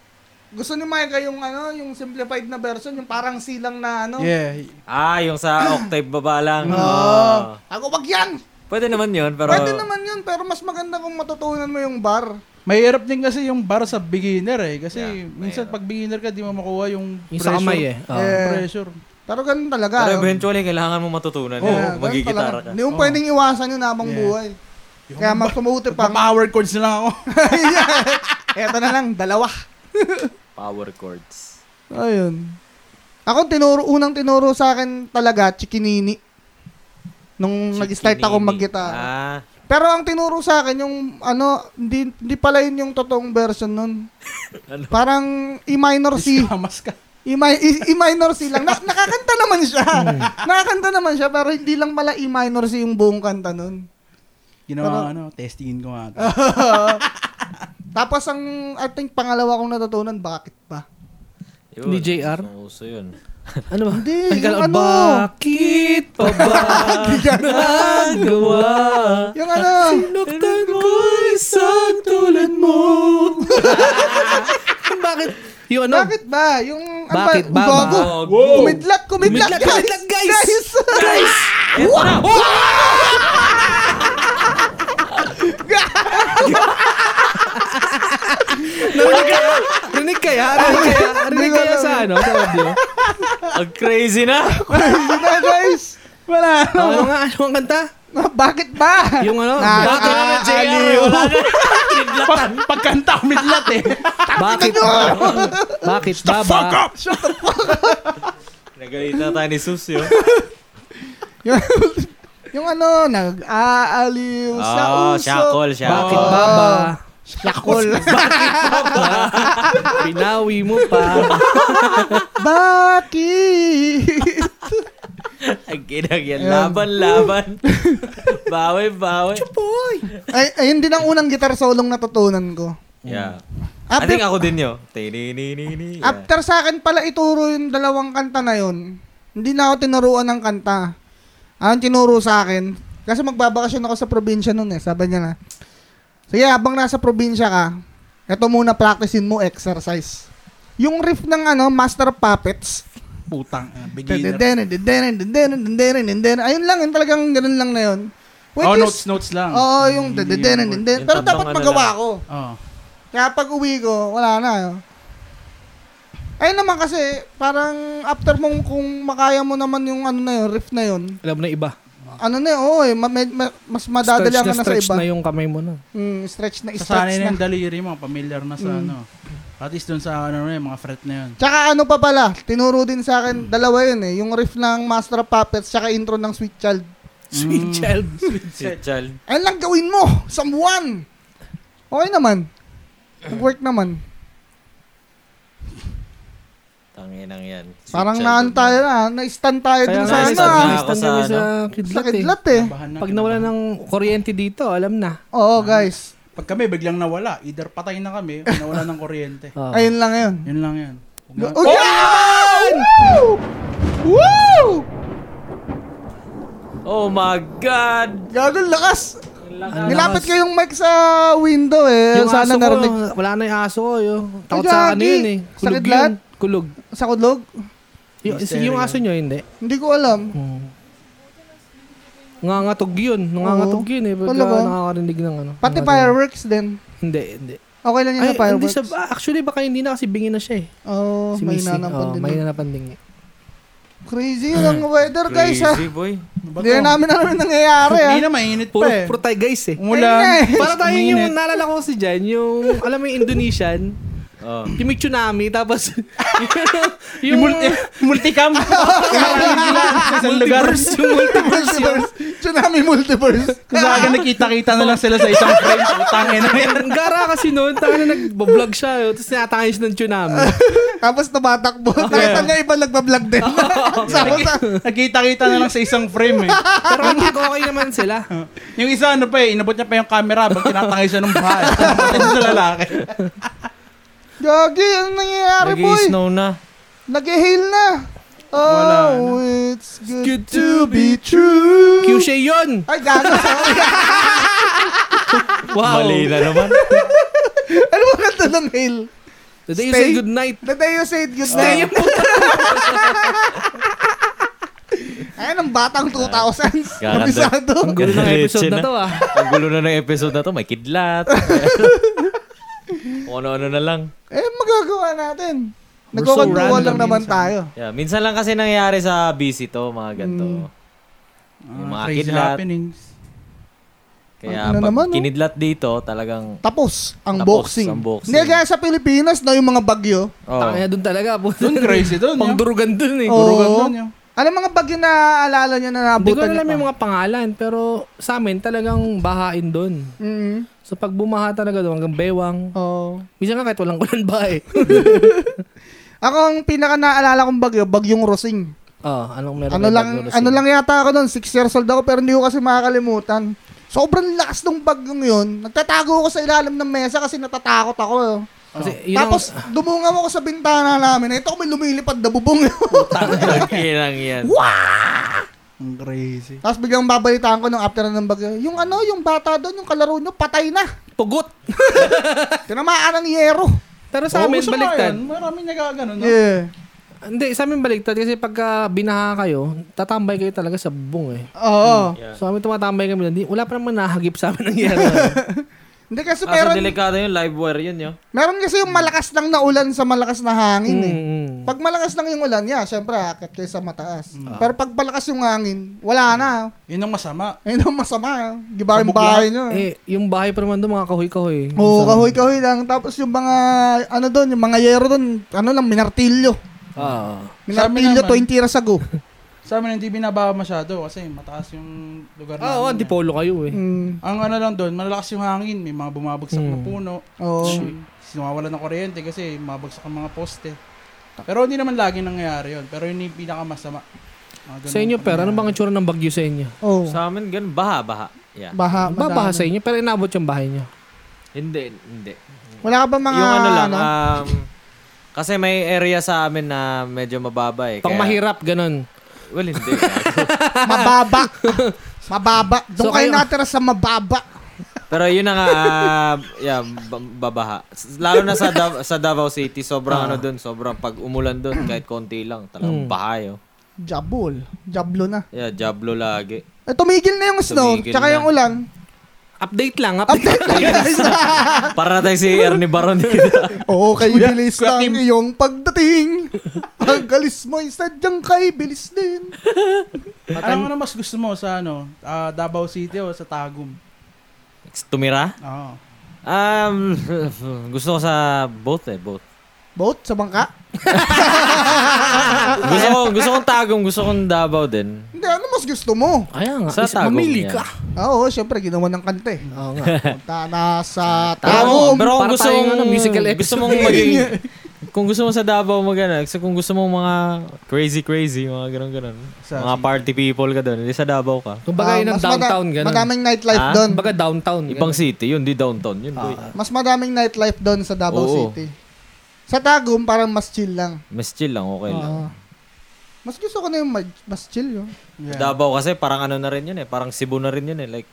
gusto ni Micah yung ano, yung simplified na version, yung parang C lang na ano.
Yeah.
Ah, yung sa octave baba lang.
Oo.
Ah.
Ako, wag yan!
Pwede naman yun, pero...
Pwede naman yun, pero mas maganda kung matutunan mo yung bar.
Mahirap din kasi yung bar sa beginner eh. Kasi
Yeah,
minsan
mahirap.
pag beginner ka, di mo makuha yung,
Yung
pressure.
sa kamay eh. Oo.
Eh,
Pressure.
Pero ganun talaga.
Pero
no?
eventually, kailangan mo matutunan
Yeah,
yun.
ganun
Magigitara
talaga.
ka. Oh.
Hindi mo pwedeng iwasan yun habang
Yeah.
buhay. Kaya mas tumuti pa.
[laughs]
Pa-power chords na lang ako.
Eto na lang, dalawa.
Power chords.
Ayun. Ako, tinuro, unang tinuro sa akin talaga, chikinini. Nung nag-start ako
Chikinini.
mag-gitara.
Ah,
Pero ang tinuro sa akin, yung ano, hindi, hindi pala yun yung totoong version
[laughs]
nun.
Ano?
Parang E minor C.
Kamas ka.
E, mi- E- E minor C lang. Na- nakakanta naman siya. nakakanta naman siya, pero hindi lang pala E minor C yung buong kanta nun.
Ginawa ano, testingin ko nga. to.
Ah. Tapos ang, I think, pangalawa kong natutunan, bakit ba?
yun.
Ni JR?
So, so yun.
Ano ba?
Hindi, yung
Ang galaw,
ano.
Bakit pa ba nagawa?
[laughs] Yung
[laughs]
ano,
Sinaktan ko isang tulad mo. [laughs] Bakit? Yung ano?
Bakit ba? Yung ano
Bakit ba?
Gago.
Ba-
Kumidlat, kumidlat,
Kumidlat,
guys.
kumidlat, guys.
[laughs] Guys.
Eto na!
Narinig kaya? Narinig kaya?
[laughs]
Narinig kaya? Narinig
Hindi ko
kaya
alam.
sa ano? Sa audio?
Ang crazy na!
Hindi na,
[laughs]
guys. Wala.
Ano nga? Ano ang kanta?
Bakit ba?
Yung ano?
Ah,
Bakit?
ah,
Wala na, JR, wala na. Kidlatan.
Pagkanta, midlat eh.
Bakit? Bakit ba ba?
Nagalit na tayo ni oh. Sus yun.
Yung- yung ano, nag-aaliw sa
Oh,
uso.
Ah, shackle, shackle.
Ah.
Bakit ba ba?
Shakol.
Pinawi mo pa.
Bakit?
Ang ginag yan. Laban,
[laughs]
laban. bawi, bawi.
Ay, ayun din ang unang guitar solong natutunan ko.
Yeah. I
After,
think ako din yun. Tininini. Yeah.
after sa akin pala ituro yung dalawang kanta na yun, hindi na ako tinuruan ng kanta. Ang tinuro sa akin, kasi magbabakasyon ako sa probinsya noon eh, sabi niya na, sige, habang nasa probinsya ka, eto muna practicein mo exercise. Yung riff ng ano, Master of Puppets,
Putang. ah, Beginner.
ayun lang, yun talagang ganun lang na yun. Which
Oh,
is-
notes, notes lang. Mm,
Oo, yung
Hindi Oh, yung word.
dadadadadadad.
Yung
Pero
tatlong
dapat
ano
magawa
lang.
ko.
Oo.
Kaya pag uwi ko, wala na. Ayun naman kasi, parang after mong kung makaya mo naman yung ano na yun, riff na yun,
Alam na iba.
ano na yun, oo eh, ma- ma- ma- mas madadala
stretch
ka
na
na sa
stretch
iba.
na yung kamay
[laughs]
mo na.
Mm, stretch
Sasanay
na, stretch
na
na. Mm.
yung daliri mo, familiar na sa ano. At least dun sa ano na yun, mga fret
[laughs]
na yun.
Tsaka ano pa pala, tinuro din sa akin, dalawa yun eh, yung riff ng Master of Puppets, tsaka intro ng Sweet Child.
Mm.
Sweet child.
Si Chal.
Ayun Ano lang gawin mo, someone! Okay naman. Nag-work naman.
Tanginang yan. Si
Parang
Chal
naan
din
tayo
yan.
na, na-stand tayo
Kaya
dun
nga,
sa
na-stand na
ano ah.
stand
ako sa
kami sa
Sa
kidlat eh.
kidlat eh.
Kabahan na,
Pag nawala
kinabahan.
ng kuryente dito, alam na.
Oo, guys.
Pag kami, biglang nawala. Either patay na kami, o nawala ng
[laughs]
kuryente.
Oh.
Ayun lang yun.
Yun lang yan. Huwag na-
Oh, yeah! Woo! Woo!
Oh my God!
Gago, lakas!
Ang
Nilapit
lakas.
ko yung mic sa window eh.
Yung
Sana
aso
narinig
ko, wala na yung aso ko. Yung, takot
Ay,
sa
gagi.
ano yun eh.
Sa
Kulog
kidlat?
yun. Kulog.
sa kudlog.
Yung,
Misteryo.
yung aso nyo, hindi.
Hindi ko alam.
Nangangatog Hmm. yun. Nangangatog
Oo.
yun eh. Pag
Wala ba?
nakakarinig ng ano.
Pati
ng-
fireworks din.
Hindi, hindi.
Okay lang yun
Ay,
na
hindi
fireworks.
sa, ah, actually, baka hindi na kasi bingi na siya eh.
Oo, oh,
Si
may
Missy.
nanampan
Oh,
din.
may
yun.
nanapanding eh.
Crazy yun ang weather guys ha.
Crazy boy.
Ba't
Hindi
to?
na ah. namin alam yung nangyayari ha.
Hindi na mainit
Puro,
pa eh.
puro tayo guys
[laughs]
eh.
Umulan.
Para tayo yung
Mainit.
naalala ko si Jan, yung, alam mo yung Indonesian,
Oh.
yung may tsunami, tapos,
[laughs]
Yung multi, multicam. Maraming sila sa isang lugar.
multiverse, [laughs] yung multiverse yun.
Multiverse. Tsunami multiverse.
Kung saan nakita-kita na lang sila sa isang frame. Putang ina
[laughs]
yan.
Ang gara kasi noon, tayo na nagbablog siya, yun, tapos natakin siya ng tsunami.
Tapos nabatakbo. Nakita niya iba nagbablog din. Sama sa...
Nakita-kita na lang sa isang frame eh.
Pero ang okay naman sila.
Yung isa ano pa eh, inabot niya pa yung camera habang tinatangay siya ng
[laughs]
bahay. Ah, Tapos sa lalaki.
Gagi, ano nangyayari boy?
Nag-snow na.
Nag-hail na. Oh,
Wala
it's good, to be true.
QC yun!
Ay, gago. sorry.
Wow!
Mali na naman.
ano ba kanta ng hail?
Today you
Stay.
say good night.
The day you said good
Stay
night.
yung puta.
[laughs] Ayan ang batang 2000s.
Gaganda.
Kabisado.
Gulo ng
Leche
episode na to ah.
Ang gulo na ng episode na to. May
[laughs]
kidlat. Kung ano-ano na lang.
Eh, magagawa natin.
We're
Nagkukwentuhan
so
lang
random
naman
minsan.
tayo.
Yeah, minsan lang kasi nangyayari sa busy to, mga
Hmm.
ganito. Yung mga
Ah, crazy
kidlat.
happenings.
Kaya
Ano
pag
naman, no?
kinidlat dito, talagang...
Tapos, ang
Tapos,
boxing.
ang boxing.
Hindi, kaya sa Pilipinas, no, yung mga bagyo.
Oh.
Tangina dun talaga. puta.
Doon crazy doon. yung-
Pangdurugan dun eh.
Oo.
Durugan doon yung.
Ano mga bagyo na alala nyo na
Hindi ah, ko
nabutan
alam
nyo
yung
pa?
mga pangalan, pero sa amin talagang bahain doon.
Mm.
So pag bumaha talaga doon, hanggang bewang.
Oo.
Minsan nga kahit walang ulan ba eh.
Ako ang pinaka naalala kong bagyo, bagyong Rosing.
oh, anong meron?
Ano
kay
lang
Bagyo Rosing?
ano lang yata ako noon, 6 years old ako pero hindi ko kasi makakalimutan. Sobrang lakas ng bagyong 'yon. Nagtatago ako sa ilalim ng mesa kasi natatakot ako. eh.
Kasi yun
Tapos dumungaw ako sa bintana namin. Ito ko may lumilipad na bubong.
Takinang yan.
Ang crazy.
Tapos biglang babalitaan ko nung after ng bagyo. Yung ano, yung bata doon, yung kalaro nyo, patay
[laughs]
na.
ang pugot.
Tinamaan ng yero.
Pero sa amin,
Oo, masama
baliktad.
yan. Maraming nagaganon. no?
Yeah.
Hindi, sa amin baliktad kasi pagka binaha kayo, tatambay kayo talaga sa bubong eh.
Oo.
Hmm. Yeah.
So kami tumatambay kami doon. Di- Wala pa naman nahagip sa amin nangyari.
Hindi kasi
Kaso
meron,
delikado yung live wire yun, yo.
meron kasi yung malakas lang na ulan sa malakas na hangin eh.
Mm.
Hmm.
Pag malakas lang yung ulan, yeah, syempre akit kayo sa mataas.
Ah.
Pero pag palakas yung hangin, wala na.
Yun ang masama.
Ayun ang masama. Giba yung
Kabugla.
bahay nyo. eh.
Eh, yung bahay pa naman doon, mga kahoy-kahoy.
Oo, kahoy-kahoy lang. Tapos yung mga, ano doon, yung mga yero doon, ano lang, minartilyo.
Oo.
Sa amin
Minartilyo
naman.
[laughs]
20 years ago.
Sa amin hindi binababa masyado kasi mataas yung lugar
Ah, oh,
namin eh.
antipolo kayo eh.
Mm.
Ang ano lang doon, malalakas yung hangin, may mga bumabagsak na
Mm.
puno.
Oo.
Sinawawala ng kuryente kasi mabagsak ang mga poste. Pero hindi naman lagi nangyayari yun. Pero yun yung pinakamasama. Mga ganun
Sa inyo,
yung
pero ano bang
pangyayari.
itsura ng bagyo sa inyo?
Oh.
Sa amin, ganun, baha, baha. Yeah.
Baha.
Babaha
madami.
sa inyo, pero inabot yung bahay niyo.
Hindi, hindi.
Wala ka ba mga
yung ano lang,
ano?
[laughs] um, kasi may area sa amin na medyo mababa eh.
Pang
kaya-
mahirap, ganun.
Well, hindi.
mababa. mababa. Doon
So,
kayo
kayo-
natira sa mababa.
Pero yun na nga, ah, yeah, ba- babaha. S- Lalo na sa, Dav- sa Davao City, sobrang
Ah.
ano dun, sobrang pag umulan dun, kahit konti lang, talagang
Hmm.
bahay. Oh.
Jabol. Jablo na.
Yeah, jablo lagi.
Eh, tumigil na yung snow,
Tumigil na.
tsaka yung ulan.
Update lang, update.
[laughs]
Para na tayo si Ernie
[laughs]
Baron dito.
Oo, kay bilis lang iyong pagdating. Ang galis mo, sadyang kay bilis din.
Anong ano mas gusto mo sa ano, ah, Davao City o sa Tagum?
Tumira?
Oo.
Um, [laughs] gusto ko sa both eh, both.
Boat sa bangka?
Gusto ko, gusto kong tagong, gusto kong Davao din.
Hindi, ano mas gusto mo?
Kaya nga,
Sa
is-
tagong
mamili
yan.
ka.
Ah, Oo, syempre, ginawa ng kante.
Oo nga.
Punta na sa
Tagong,
tagong.
pero kung
Para
gusto
tayong,
mong,
ano, musical
gusto
episode.
mong maging,
[laughs]
kung gusto mo sa Davao mag ano, so kung gusto mong mga crazy crazy, mga ganun ganun.
Sa
mga party people ka doon, hindi sa Davao ka.
[laughs] Kung bagay
Ah,
ng
mas mada-
downtown, ganun.
Madaming nightlife
Ah?
doon.
Kumbaga downtown.
Ibang city yun, di downtown yun, boy.
Ah.
Mas madaming nightlife doon sa Davao
Oo.
City. Sa Tagum, parang mas chill lang.
Mas chill lang, okay lang.
Ah,
Oo. Mas gusto ko na yung ma- mas chill yun.
Yeah.
Davao kasi parang ano na rin yun eh, parang Cebu na rin yun eh. Like,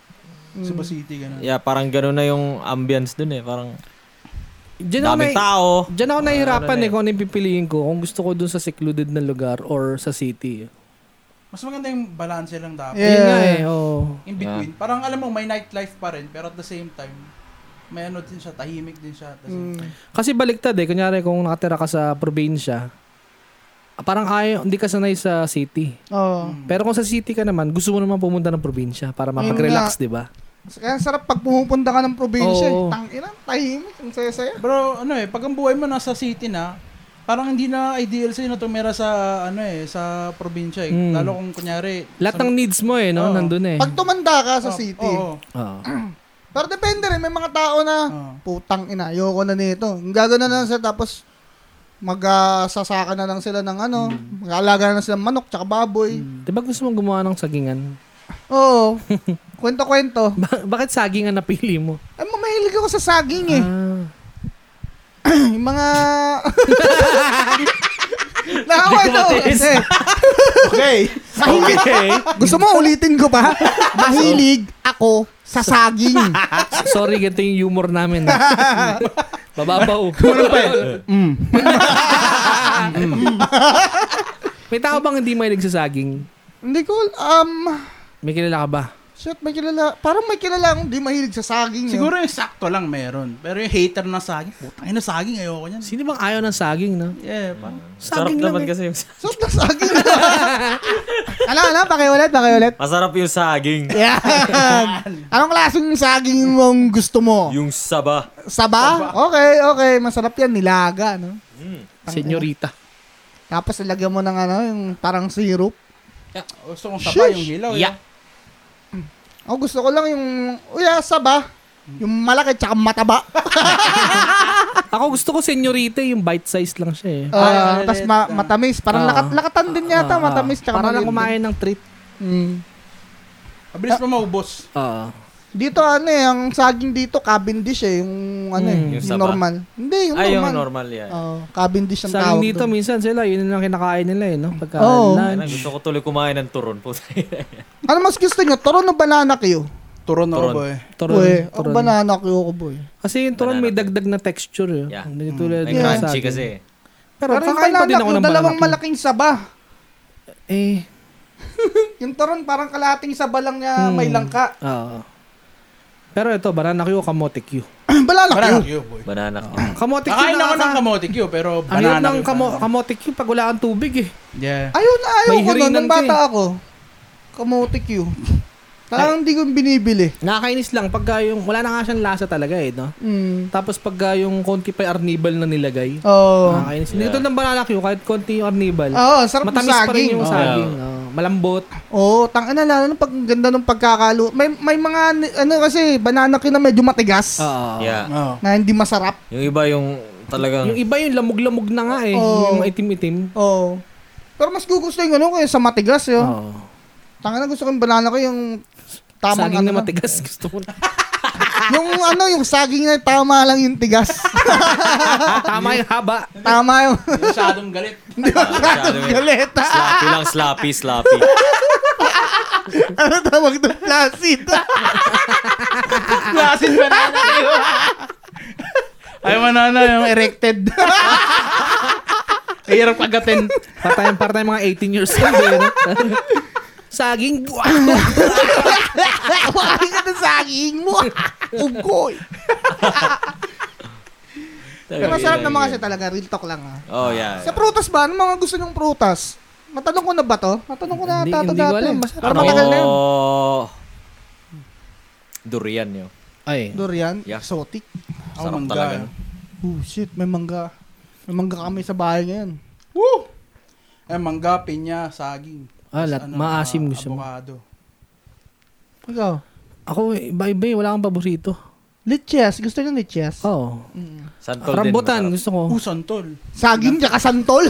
Cebu City,
Ah.
ganun.
yeah, parang ganun na yung ambience dun eh. Parang
Diyan ako,
daming
may,
tao.
diyan ako nahihirapan
ano na
eh kung ano yung pipiliin ko. Kung gusto ko dun sa secluded na lugar or sa city.
Mas maganda yung balance lang dapat.
Yeah.
Yun nga eh, oo.
In between. Parang alam mo, may nightlife pa rin, pero at the same time, may ano din siya, tahimik din siya. At the
Mm.
same
Mm.
time.
Kasi baliktad eh. Kunyari kung nakatira ka sa probinsya, ah, parang ayaw, hindi ka sanay sa city.
Oo.
Pero kung sa city ka naman, gusto mo naman pumunta ng probinsya para
Ayun
mapag-relax, di ba?
Kaya ang sarap pag pumupunta ka ng probinsya.
Oo.
Tang ina, tahimik, ang saya-saya.
Bro, ano eh, pag ang buhay mo nasa city na, parang hindi na ideal sa'yo na tumira sa, ano eh, sa probinsya eh.
Mm.
Lalo kung kunyari...
Lahat ng needs mo eh, no?
Oo.
Nandun eh.
Pag tumanda ka sa
Oh,
city,
Oo.
Oo.
pero depende rin, may mga tao na,
Oo.
putang ina, ayoko na nito. Gagano na lang sila, tapos magsasaka na lang sila ng ano,
Mm.
mag-aalaga na lang sila ng manok, tsaka baboy.
Mm.
Di ba gusto mong gumawa ng sagingan? [laughs]
Oo. [laughs] Kwento-kwento.
Ba- bakit sagingan na pili mo?
Ay, mamahilig ako sa saging eh.
Ah.
Yung mga... Nakawa daw. Kasi,
Okay.
mahilig. Gusto mo ulitin ko pa? Mahilig ako sa saging.
Sorry, ganito yung humor namin. oh. eh. Bababaw. [laughs]
Mm.
May tao bang hindi mahilig sa saging?
Hindi ko, um...
May kilala ka ba?
Shit, may kilala. Parang may kilala akong di mahilig sa saging. eh.
Siguro yung sakto lang meron. Pero yung hater na saging, putang ina saging, ayoko niyan.
Sino bang ayaw ng saging, no?
Yeah, parang...
Sarap
Saging lang
naman
eh.
kasi yung
Sarap ng saging. ano, ano? Pakiulit, pakiulit.
Masarap yung saging.
Yan. Anong klaseng saging mong gusto
Oh.
mo?
Yung saba.
Saba? Okay, okay. Masarap yan. Nilaga, no?
Senyorita.
Tapos ilagyan mo ng ano, yung parang syrup.
Gusto kong sapa
Shush!
yung hilaw.
Oh, Yeah.
Yeah.
Ako Oh, gusto ko lang yung, uya, saba. Yung malaki tsaka mataba.
Ako gusto ko senyorita, yung bite size lang siya eh.
Ah,
Ah, Tapos ma-
ah.
matamis. Parang
Ah.
lakat- lakatan din yata.
Ah,
matamis tsaka
Para
maliit
lang
din.
kumain ng treat.
Mm.
Mabilis pa maubos.
Ah.
Oo.
Dito ano eh, ang saging dito, Cavendish eh. Yung ano eh,
Mm.
Yung
yung,
saba.
normal. Hindi, yung
Ay, yung
normal.
normal yan.
Oo, Cavendish ang
Saging
tawag
dito,
doon.
minsan sila, yun lang kinakain nila eh, no? Pagka
Oo.
Ayun na,
lunch.
gusto ko tuloy kumain ng turon po.
Ano mas gusto nyo? Turon o banana kayo?
Turon na
Turon.
ako eh.
Turon,
Uy, ako
turon.
banana kayo ko boy.
Kasi yung turon
Banana
may dagdag na texture eh.
Yeah.
Hindi
Like
tulad ng
Yeah.
crunchy
saging.
kasi.
Pero,
Pero yung
kakain pa
banana
din ako
kayo,
ng
dalawang
banana.
malaking saba.
Eh,
Yung turon, parang kalating saba lang niya
Hmm.
may langka. [clears throat]
Ah.
oo. Pero ito, banana Q o kamote Q?
banana kayo.
Banana Q, boy.
Banana ko.
Kamote Q
Nakain ako
nakaka-
ng kamote Q, pero
Ang hirap
banana
ng
Q.
kamo- kamote Q pag wala kang tubig eh.
Yeah.
Ayaw na ayaw
May
ko nun.
hirinan
Nung
ka
bata
eh.
ako, kamote Q. Talagang hindi ko binibili.
Nakakainis lang pagka yung wala na nga siyang lasa talaga eh, no?
Mm.
Tapos pagka yung konti pa yung arnibal na nilagay.
Oo.
Nakakainis. Hindi
Yeah.
Dito ng banana Q, kahit konti yung arnibal.
Oo, sarap ng
matamis pa rin
saging.
yung
Oo.
saging. Oo. malambot.
Oo, oh, tangin na lalo na pag ang ganda ng pagkakalo. May may mga ni- ano kasi banana king na medyo matigas
Oo.
Yeah.
Oo.
na hindi masarap.
Yung iba yung talagang
Ah. Yung
[laughs]
iba yung lamog-lamog na nga eh.
Oo.
Yung itim-itim.
Oo. Pero mas gugustuhin ko ano kaya sa matigas yun.
Oo.
Tangin na gusto ko yung banana ko yung tamang ano.
Saging na matigas. [laughs] Gusto ko na.
[laughs] yung ano, yung saging na tama lang yung tigas. [laughs]
Tama yung haba.
tama yung [laughs]
Masyadong
[laughs]
galit.
hindi masyadong
masyado yun.
galeta.
sloppy lang, sloppy,
[laughs]
sloppy.
ano tawag doon? [laughs] Placid.
Lasin ba na Ay, manana, yung [laughs] erected. Ay, hirap kagatin.
Patay, patay mga 18 years old eh. no? [laughs] Saging. buwak.
Wala ka na saging mo. [laughs] Ugoy. Pero masarap naman kasi talaga. Real talk lang ah. ha.
Oh, yeah.
Sa prutas ba? Ano mga gusto nyong prutas? Matanong ko na ba to? Matanong ko na
Hindi-
tato
hindi ko
dati.
alam.
eh.
Basta
Pero matagal na yun.
Oh, Durian yun.
Ay.
Durian,
Yeah.
exotic.
Ako,
Sarap
mangga.
talaga.
Oh shit, may mangga. May mangga kami sa bahay ngayon.
Woo! Ay, Eh, mangga, pinya, saging.
Ah, lahat.
Ano, ah,
Maasim gusto mo.
Avocado.
Ikaw.
Ako, iba-iba eh. Wala kang paborito.
Liches. Gusto niyo liches?
Oo.
Santol din.
Rambutan.
masarap.
Gusto ko.
Pusan, tol.
Saging tsaka
[laughs]
santol.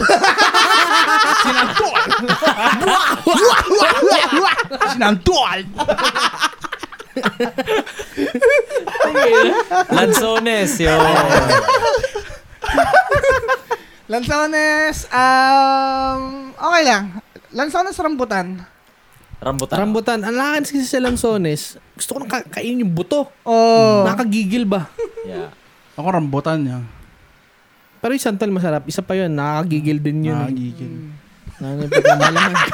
Sinantol! Sinantol!
Lanzones,
[laughs]
yo.
[laughs] Lanzones, um, okay lang. Lanzones rambutan.
Rambutan.
Rambutan. Ang lakas kasi sa lansones. Gusto ko nang ka- kainin yung buto.
Oh.
Nakakagigil ba?
Yeah.
Ako rambutan niya.
Pero yung santol masarap. Isa pa yun. Nakakagigil din yun. eh.
Nagigil.
Ano yung pagkamalaman? [laughs]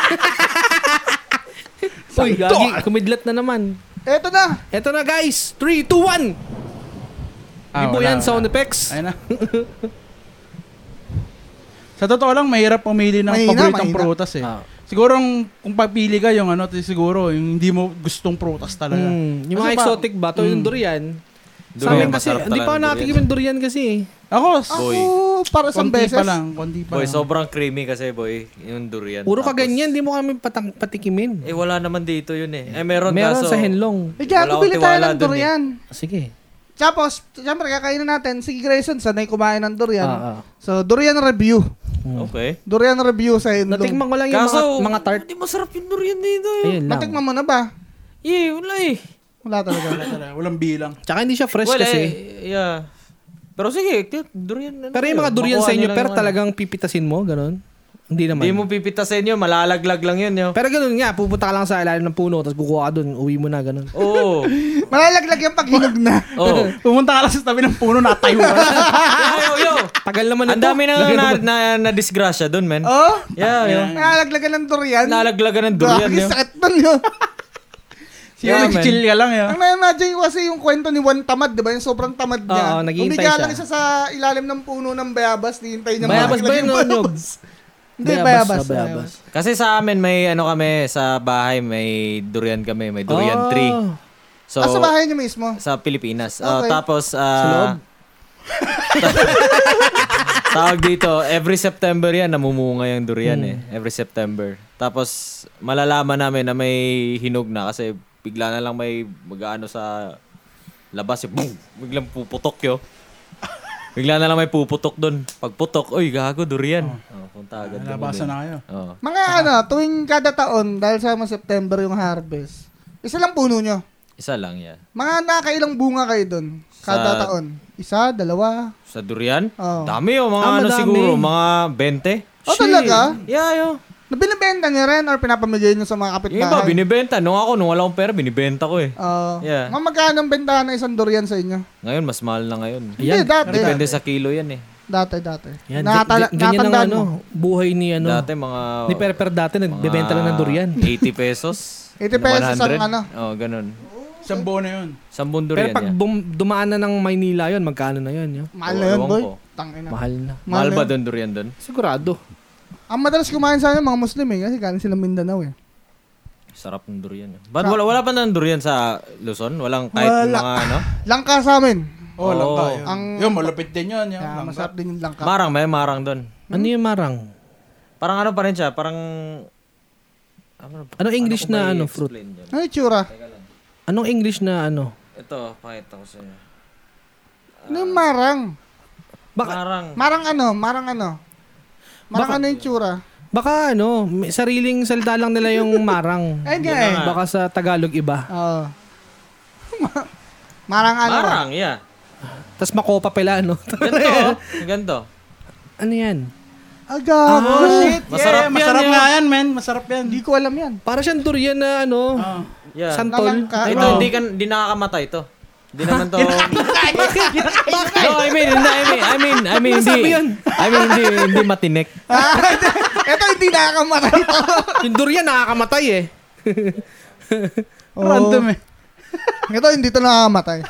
Uy, gagi. Kumidlat na naman.
Eto na.
Eto na guys. 3, 2, 1.
Ah,
Ah,
Ibo
wala,
yan,
wala.
sound effects.
Ayun na. [laughs] Sa totoo lang, mahirap pumili ng
Mahina,
paboritong
mahina.
prutas eh.
Ah.
Siguro ang- kung papili ka yung ano, siguro yung hindi mo gustong prutas talaga.
Mm, yung mga
Kasi pa-
exotic ba? Ito yung
Mm.
durian. Sa
Durian,
amin kasi,
masarap
hindi pa
talaga
natikim yung durian kasi.
Ako, s-
Boy.
Ako, para sa
konti
beses.
pa lang, konti pa
Boy,
lang.
sobrang creamy kasi, boy. Yung durian.
Puro ka
Tapos-
ganyan, hindi mo kami patang, patikimin.
Eh, wala naman dito yun eh. Eh, meron,
Meron
kaso-
sa henlong.
Eh, gago,
Wala akong
bili tayo
tiwala
ng
dun eh.
durian.
Ah, Sige.
Tapos, syempre, kakainin natin. Si Grayson, sanay kumain ng durian.
Ah, ah.
So, durian review.
eh. Okay.
Durian review sa Indong.
Natikman ko lang yung
Kaso,
mga, mga tart.
Hindi masarap yung durian dito. eh.
Ayun lang.
Natikman mo na ba?
Yeah, wala eh.
Wala talaga.
Wala talaga, walang bilang.
Tsaka hindi siya fresh
wala
kasi.
eh. Yeah. Pero sige, t- durian. ano
Pero
yun?
yung mga durian
Makuha
sa inyo,
nila
pero
yung ano.
talagang pipitasin mo, ganun? Hindi naman.
Hindi mo pipitasin yun, malalaglag lang yun. Yo.
Pero ganun nga, pupunta ka lang sa ilalim ng puno, tapos kukuha ka dun, uwi mo na, ganun.
[laughs] Oo.
Malalaglag yung paghinog
[laughs]
na.
[laughs] Oo.
Pumunta ka lang sa tabi ng puno, natayo ka
[laughs]
lang.
Oh. Yo, yo, yo.
Tagal naman
Ang
ito.
dami na na, na, na disgrasya dun, man.
Oh?
Yeah, yo.
Malalaglagan ng durian.
Nalaglagan ng durian,
Durian
yo.
sakit nun yun.
Sige,
Yeah, man.
chill ka lang yun.
Ang na-imagine ko kasi yung kwento ni Juan Tamad, di ba? Yung sobrang tamad niya.
Oo, naghihintay
Umiga
siya.
lang siya sa ilalim ng puno ng bayabas, nihintay niya
Bayabas ba
malalaglag
yun,
yung
no?
bayabas. Hindi, bayabas.
na bayabas.
Kasi sa amin, may ano kami, sa bahay, may durian kami, may durian tree.
Oh.
So,
ah, sa bahay niyo mismo?
sa Pilipinas. Oh,
Okay.
tapos, ah... [laughs] tawag dito, every September yan, namumunga yung durian
Hmm.
eh. Every September. Tapos, malalaman namin na may hinog na kasi bigla na lang may mag-ano sa labas. Eh, boom! Biglang puputok yo. Bigla na lang may puputok doon. Pag putok, uy, gago, durian. Oh, punta
Ah,
agad. kami
Nalabasan
dun. Oh.
na kayo.
Oo.
Mga
Ah.
ano, tuwing kada taon, dahil sa mga September yung harvest, isa lang puno nyo.
Isa lang yan.
Mga nakailang bunga kayo doon kada
Sa-
taon? Isa, dalawa.
Sa durian?
Oo.
Dami yo, mga
Ah,
ano
madami.
siguro, mga 20.
Oh, talaga?
Yeah, yo.
Binibenta niyo rin or pinapamigay niyo sa mga
Yung iba,
kapitbahay?
binibenta. Nung ako, nung wala akong pera, binibenta ko eh.
Oo.
Yeah.
Mga magkano ang bentahan ng isang durian sa inyo?
Ngayon, mas mahal na ngayon.
Hindi, dati.
Depende sa kilo yan eh.
Dati, dati.
Yan,
Natala-
g- g- ganyan ang
natandaan
ano,
mo.
buhay ni ano.
Dati oh. mga...
ni Perper dati, nagbebenta lang ng
[laughs]
durian.
80 pesos.
[laughs] 80 pesos ang ano.
Oo, oh, ganun.
Isang buo na yun.
Sambon
Pero
durian
pag
niya.
bum- dumaan na ng Maynila yun, magkano na yun? yun?
Mahal na yun,
Ewan
boy.
ko.
Tangin na.
Mahal na.
Mahal
mahal
ba
yun.
doon durian doon?
Sigurado.
Ang madalas kumain sa amin, mga Muslim eh, kasi galing sila Mindanao eh.
Sarap ng durian. yun. Ba't wala, wala pa ng durian sa Luzon? Walang kahit
Wala.
mga ano?
Langka sa amin.
Oh,
Oo.
langka yun.
Ang-
Yun, malupit din yun. yun
Kaya
langka.
masarap din yung langka.
Marang, may marang doon.
Ano yung marang?
Parang ano pa rin siya? Parang Ano,
Anong English
ko ba
na ano,
i-explain
fruit?
yun?
Ano yung tsura?
Teka lang.
Anong English na ano?
Ito, pakita ko sa inyo.
Ano yung marang?
Baka,
Parang,
Marang ano? Marang ano? Marang
Baka-
ano yung tsura?
baka ano, may sariling salita lang nila yung marang.
Ayun nga eh.
Baka sa Tagalog iba.
Oo. [laughs] marang ano?
parang, yeah.
Tapos makopa pala, ano?
Ganto, oh. ganto.
ano yan?
Aga, oh, shit.
yeah,
Masarap yan,
masarap
yun.
nga yan, men. Masarap yan.
Hindi ko alam yan. [laughs]
Para siyang durian na ano,
Ah.
Yeah.
santol.
Nalangka.
Ito, hindi, ka, hindi nakakamatay ito. Hindi naman to. no, I mean, hindi, I mean, I mean, I mean,
Sabi
hindi.
yun.
I mean, hindi, hindi matinik.
Ito hindi nakakamatay. [laughs]
Yung durian nakakamatay eh.
Random eh.
Ito hindi to nakakamatay.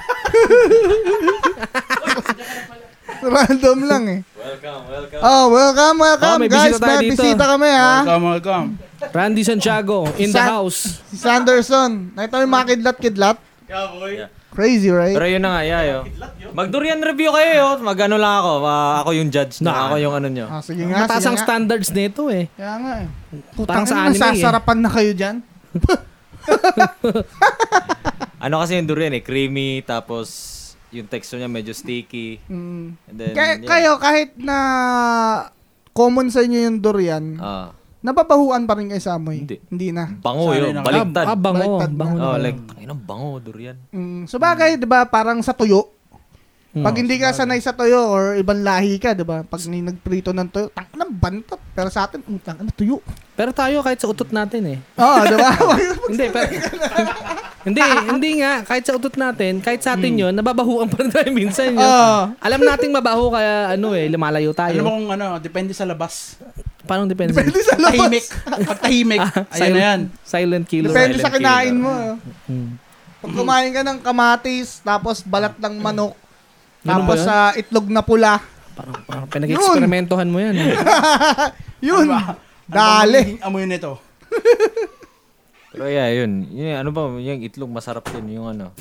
[laughs] Random lang eh.
Welcome, welcome.
Oh, welcome, welcome
Oh, may
guys.
bisita tayo
may
dito.
bisita kami ha.
Welcome, welcome.
Randy Santiago in the
San-
house.
Si Sanderson. Nakita mo yung mga kidlat-kidlat?
Yeah.
Crazy,
Pero
right?
yun na nga, yeah, yo. Mag-durian review kayo, yo. Mag-ano lang ako, ma- ako yung judge na, ako yung ano nyo.
Ah, sige nga,
Mataas
sige
ang
nga.
standards nito eh.
Kaya nga eh.
Parang
Putang
sa
sa
anime eh.
Sasarapan na kayo dyan.
Ano kasi yung durian eh, creamy, tapos yung texture niya medyo sticky.
Mm.
And then,
Kaya,
yeah.
Kayo, kahit na common sa inyo yung durian,
Ah,
napapahuan pa rin kayo sa amoy.
Hindi.
na.
bango
Sanay
yun,
na-
baliktad.
Ah, ah, bango.
Baliktad na.
bango na.
oh, like, tangin ang bango, durian.
Mm. So bagay, di ba, parang sa tuyo.
Mm.
Pag hindi ka sanay sa tuyo or ibang lahi ka, di ba, pag ni- nagprito ng tuyo, tang ng bantot. Pero sa atin, utang na tuyo.
Pero tayo kahit sa utot natin eh.
Oo, di [laughs] ba?
hindi, pero... hindi, hindi nga. Kahit sa utot natin, kahit sa atin yun, nababahuan pa rin tayo minsan yun.
Oo.
Alam nating mabaho kaya ano eh, lumalayo
Alam mo
tayo.
kung ano, depende sa labas.
Parang depende.
Depende sa labas.
Tahimik. Pag tahimik,
Ah,
ayan na yan.
Silent killer.
Depende
Silent
sa kinain
killer.
mo. ah.
Mm.
Pag kumain ka ng kamatis, tapos balat ng manok,
Ganun
tapos
ba yun?
sa itlog na pula,
Ano
Parang, parang pinag-eksperimentohan mo yan. eh.
yun,
Ano ba?
dali.
Ano ba amoy nito?
Pero yeah, yun. Yun, ano ba, yung itlog, masarap yun, yung ano.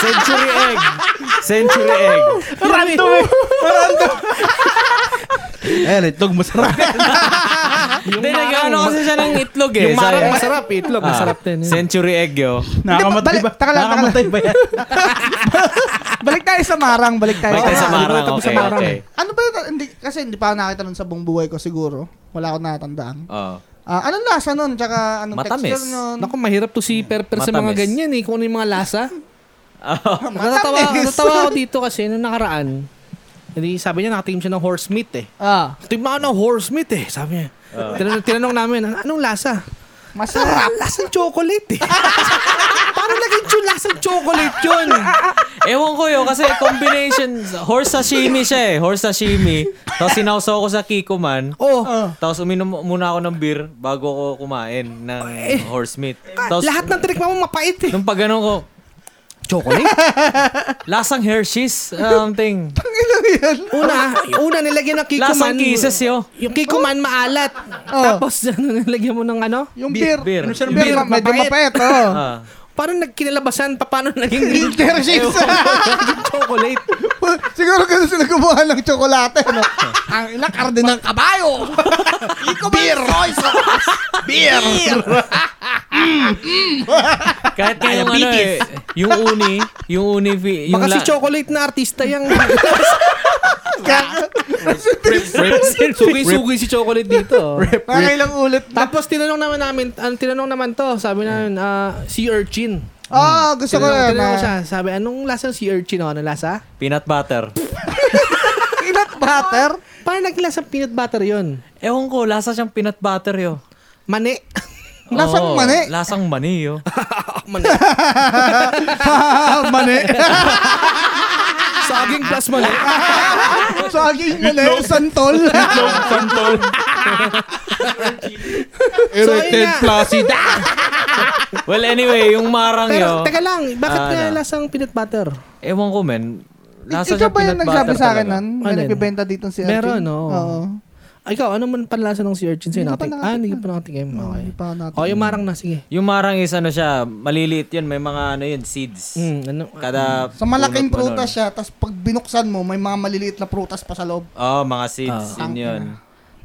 Century egg! Century egg!
Random eh. Random. Eh, itlog [laughs] masarap.
Hindi, nag-ano kasi siya ng itlog eh.
Yung marang
Sayang.
masarap,
Ah.
itlog. Masarap din. yun.
Century egg yo.
Nakakamatay
Balik-
ba?
taka lang, taka lang.
Nakakamatay ba yan?
Balik tayo sa marang, balik tayo.
Balik tayo sa
marang.
marang.
Tapos sa
Okay,
marang.
okay.
Ano ba yun? Hindi, kasi hindi pa ako nakita nun sa buong buhay ko siguro. Wala akong natandaan.
Oh. [laughs]
Ah, anong lasa nun? Tsaka anong
Matamis.
texture nun?
Naku, mahirap to si per per sa mga
Matamis.
ganyan eh. Kung ano yung mga lasa. Natatawa,
Matamis.
natatawa ako dito kasi nung nakaraan. Hindi, sabi niya nakatingin siya ng horse meat eh.
Ah,
Tignan ng horse meat eh, sabi niya.
Ah.
Tinanong, tinanong namin, "An- anong lasa? "Ah,
masarap. [laughs]
Lasang chocolate eh. [laughs] Paano naging chul lasang chocolate yun?
Ewan ko yun, kasi combination, horse sashimi siya eh, horse sashimi. Tapos sinawsaw ko sa Kiko man.
Oh,
Tapos uminom muna ako ng beer bago ko kumain ng horse meat.
ka-
Tapos
lahat ng tinikman mo mapait eh.
nung pag ganun ko,
Chocolate?
lasang Hershey's
[laughs]
something.
una, una nilagyan ng Kiko Man.
lasang kisses Oh. yo.
Yung Kiko Man maalat. Tapos [laughs] ano, nilagyan mo ng ano?
Yung beer.
Beer.
Ano siya ng
Yung beer,
beer?
medyo mapait. [laughs] Oh.
Ah.
Paano nagkinalabasan? Pa, paano naging
Intershapes. [laughs]
naging chocolate?
Siguro kasi sila gumawa ng tsokolate,
[laughs]
no? Ang ina, karde ng kabayo. Iko beer. Beer.
Kahit nga yung ano eh, yung uni, yung uni, fi- yung
Baka si
la-
chocolate na artista [laughs] yung
[laughs]
Rip-
sugi-sugi si chocolate [laughs] dito.
Nakakailang ulit.
Tapos tinanong naman namin, ang tinanong naman to, sabi namin, ah, sea urchin.
Oo, gusto ko
Tinanong,
yun.
tinanong ko
ah.
siya, sabi, anong lasa ng sea urchin? O, anong lasa?
Peanut butter.
[laughs] Peanut [laughs] butter.
Parang naging lasa peanut butter yun.
Ewan ko, lasa siyang peanut butter yo.
[laughs] Mani.
Lasang
Oo,
mani.
Lasang mani yo.
mani.
mani. [laughs]
Saging plus mani.
Saging mani. Santol.
Santol.
Erected
placida.
well, anyway, yung marang yo.
Pero, teka lang, bakit
Ah,
kaya
ano?
lasang peanut butter?
Ewan ko, men. Lasa siyang
Ikaw ba yung
peanut
nagsabi
butter
sa akin
talaga.
nun? May
Alin?
nagbibenta dito si Arjun?
Meron, oo.
Oo.
Ah, Ikaw, ano man panlasa ng sea urchin? Sa'yo
Hindi ko pa
nakatik?
nakatikman.
Ah, hindi ko pa
Oo,
nakatikman. Okay.
Hindi pa natin.
O, yung marang na, sige.
Yung marang is ano siya, maliliit yun. May mga ano yun, seeds.
Mm, ano?
Kada
Hmm. Sa malaking
punot mo
prutas
nun.
siya, tapos pag binuksan mo, may mga maliliit na prutas pa sa loob.
Oo, oh, mga seeds. yun yun.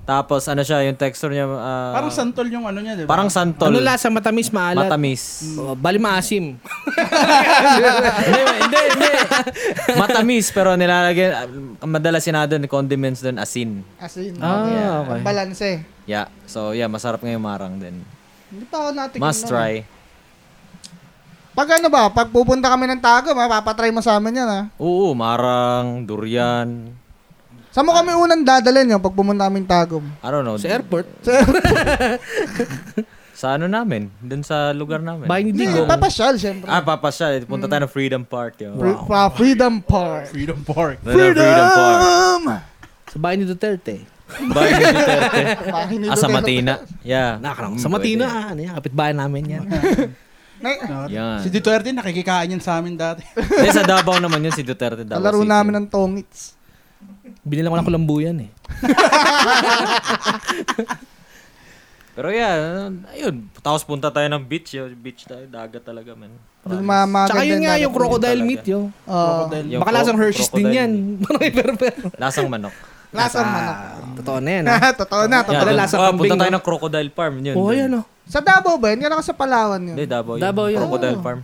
Tapos ano siya, yung texture niya ah,
[laughs] Parang santol yung ano niya, di ba?
parang santol.
Ano lasa? Matamis, maalat? [laughs]
Matamis.
Oh, bali maasim.
hindi, hindi, hindi. [laughs] Matamis pero nilalagyan ah, madalas sinado ng condiments doon asin.
As in,
Ah, okay.
balance eh.
Yeah. So yeah, masarap nga yung marang din.
Hindi pa ako natikman.
Must
nun.
try.
Pag ano ba, pag pupunta kami ng Tagum, ha, papatry mo sa amin yan ha.
Oo, marang, durian.
Saan mo kami unang dadalhin yung pag pumunta kami ng Tagum? [laughs]
I don't know.
Sa airport,
Sa ano namin? Doon sa lugar namin.
bahay ni
Hindi,
Digo.
papasyal syempre.
Ah, papasyal. Punta tayo ng Freedom Park. Yo.
Mm. Fre- pa- Freedom
[laughs]
Park.
Freedom Park.
Doon ang Freedom Park.
Sa bahay ni Duterte.
Bahay ni
[laughs]
Duterte.
Bahay ni
Ah, sa
Duterte.
Matina. Yeah.
Nakarang
Mm,
sa Matina,
pwede.
ah, ano yan, kapitbahay
[laughs]
namin yan.
Na-
[laughs] Yan.
Si Duterte, nakikikain yan sa amin dati.
Eh, sa Davao naman yun, si Duterte. Davao
Kalaro
City.
namin ng tongits.
Binilang ko ng kulambuyan eh.
Pero yeah, ayun. Tapos punta tayo ng beach. Yo. Beach tayo, dagat talaga, man.
Doon mga mga
Tsaka
Ah,
yun
ganda
nga
na-
yung crocodile
talaga.
meat yo.
Oo.
Yung
Baka
cro-
lasang Hershey's din
crocodile.
yan. Parang iperper.
Lasang
[laughs]
manok.
[laughs] Lasa man.
Totoo na yan
ah.
ah.
[laughs] Totoo na.
Yeah.
Totoo.
pala
dun-
lasang
ah,
kambing,
Punta tayo
no?
ng crocodile farm. Yun,
Oh,
dun.
yan oh.
Sa Davao ba? Hindi ka sa Palawan yun.
Hindi, Davao yun.
Davao yun.
Crocodile
Oh.
farm.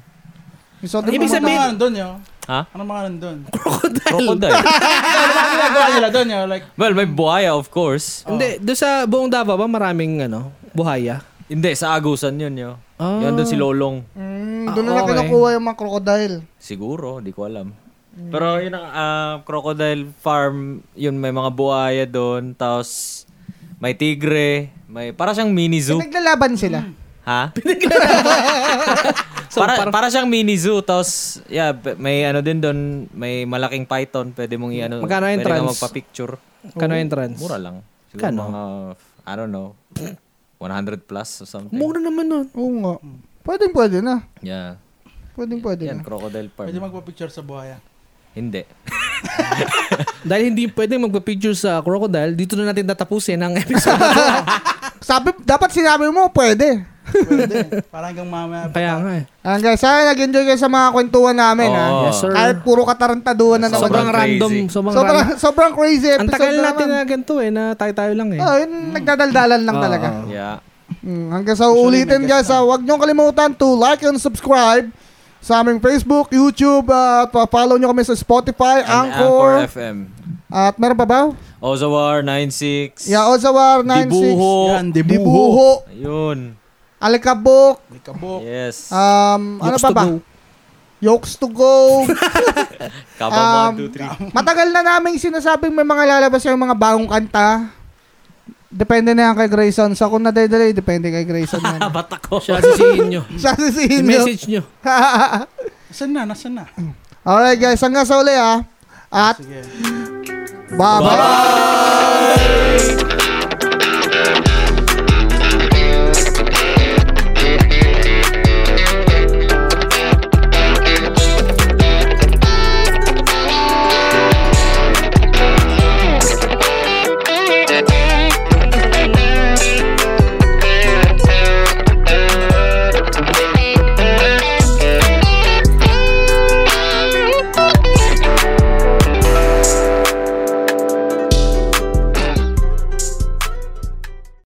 So,
Ibig
Anong
Ibig
sabihin-
sabihin,
mga doon yun?
[laughs]
Ha?
Anong Ano mga Ano doon?
Crocodile.
Crocodile.
Anong ginagawa nila doon yun? Like,
well, may buhaya, of course.
Hindi, doon sa buong Davao ba maraming ano, buhaya?
Hindi, sa Agusan yun, yo.
Ah.
Yun doon si Lolong.
mm,
Ah,
doon na
okay.
kinukuha yung mga crocodile.
Siguro, di ko alam.
Mm.
Pero yun ang ah, crocodile farm, yun may mga buhaya doon, tapos may tigre, may para siyang mini zoo.
Pinaglalaban Eh, sila.
Mm. [laughs]
Ha? para, para siyang mini zoo, tapos yeah, p- may ano din doon, may malaking python, pwede mong i-ano,
Magkano
pwede
entrance?
ka magpa-picture.
Oh.
Kano entrance?
Mura lang. Siguro
Kano?
mga, I don't know, 100 plus or something.
Mura naman nun.
Oo nga. Pwedeng pwede na.
Yeah.
Pwedeng pwede
Yan,
na.
crocodile farm.
pwede magpa-picture sa buhaya.
Hindi.
Dahil hindi pwedeng magpa-picture sa crocodile, dito na natin tatapusin ang
[laughs]
episode.
Sabi, dapat sinabi mo, pwede.
Pwede. Parang hanggang mamaya.
Kaya nga eh.
Ayan guys, sana nag-enjoy kayo sa mga kwentuhan namin ha.
Oo.
ah. Yes, sir.
Kahit puro katarantaduhan na naman.
Sobrang
Sobrang crazy.
random. Sobrang,
Sobrang,
random.
sobrang crazy episode
Ang tagal
na
natin
naman.
na ganito eh, na tayo-tayo lang eh.
Oo, yun, nagdadaldalan lang
Oo.
talaga.
Yeah.
Mm, hanggang sa uulitin guys, ha, huwag niyong kalimutan to like and subscribe sa aming Facebook, YouTube, uh, at pa-follow niyo kami sa Spotify,
And
Anchor,
FM.
at meron pa ba?
Ozawar 96.
Yeah, Ozawar 96,
Dibuho.
Yan, dibuho.
Dibuho,
Ayun.
Alikabok,
May kabok.
Yes.
um, ano
Yokes
pa
to
ba?
go.
Yokes to go.
Kaba
um,
1, [laughs] 2, 3.
Matagal na naming sinasabing may mga lalabas yung mga bagong kanta. Depende na yan kay Grayson. Sa kung nadidelay, depende kay Grayson.
[laughs]
yan.
Batak ko.
Siya sisihin
[laughs]
nyo.
Siya sisihin nyo. [laughs]
I-message nyo.
Nasaan na? Nasaan na?
Alright guys, hanggang sa uli ah. At
Sige.
bye-bye!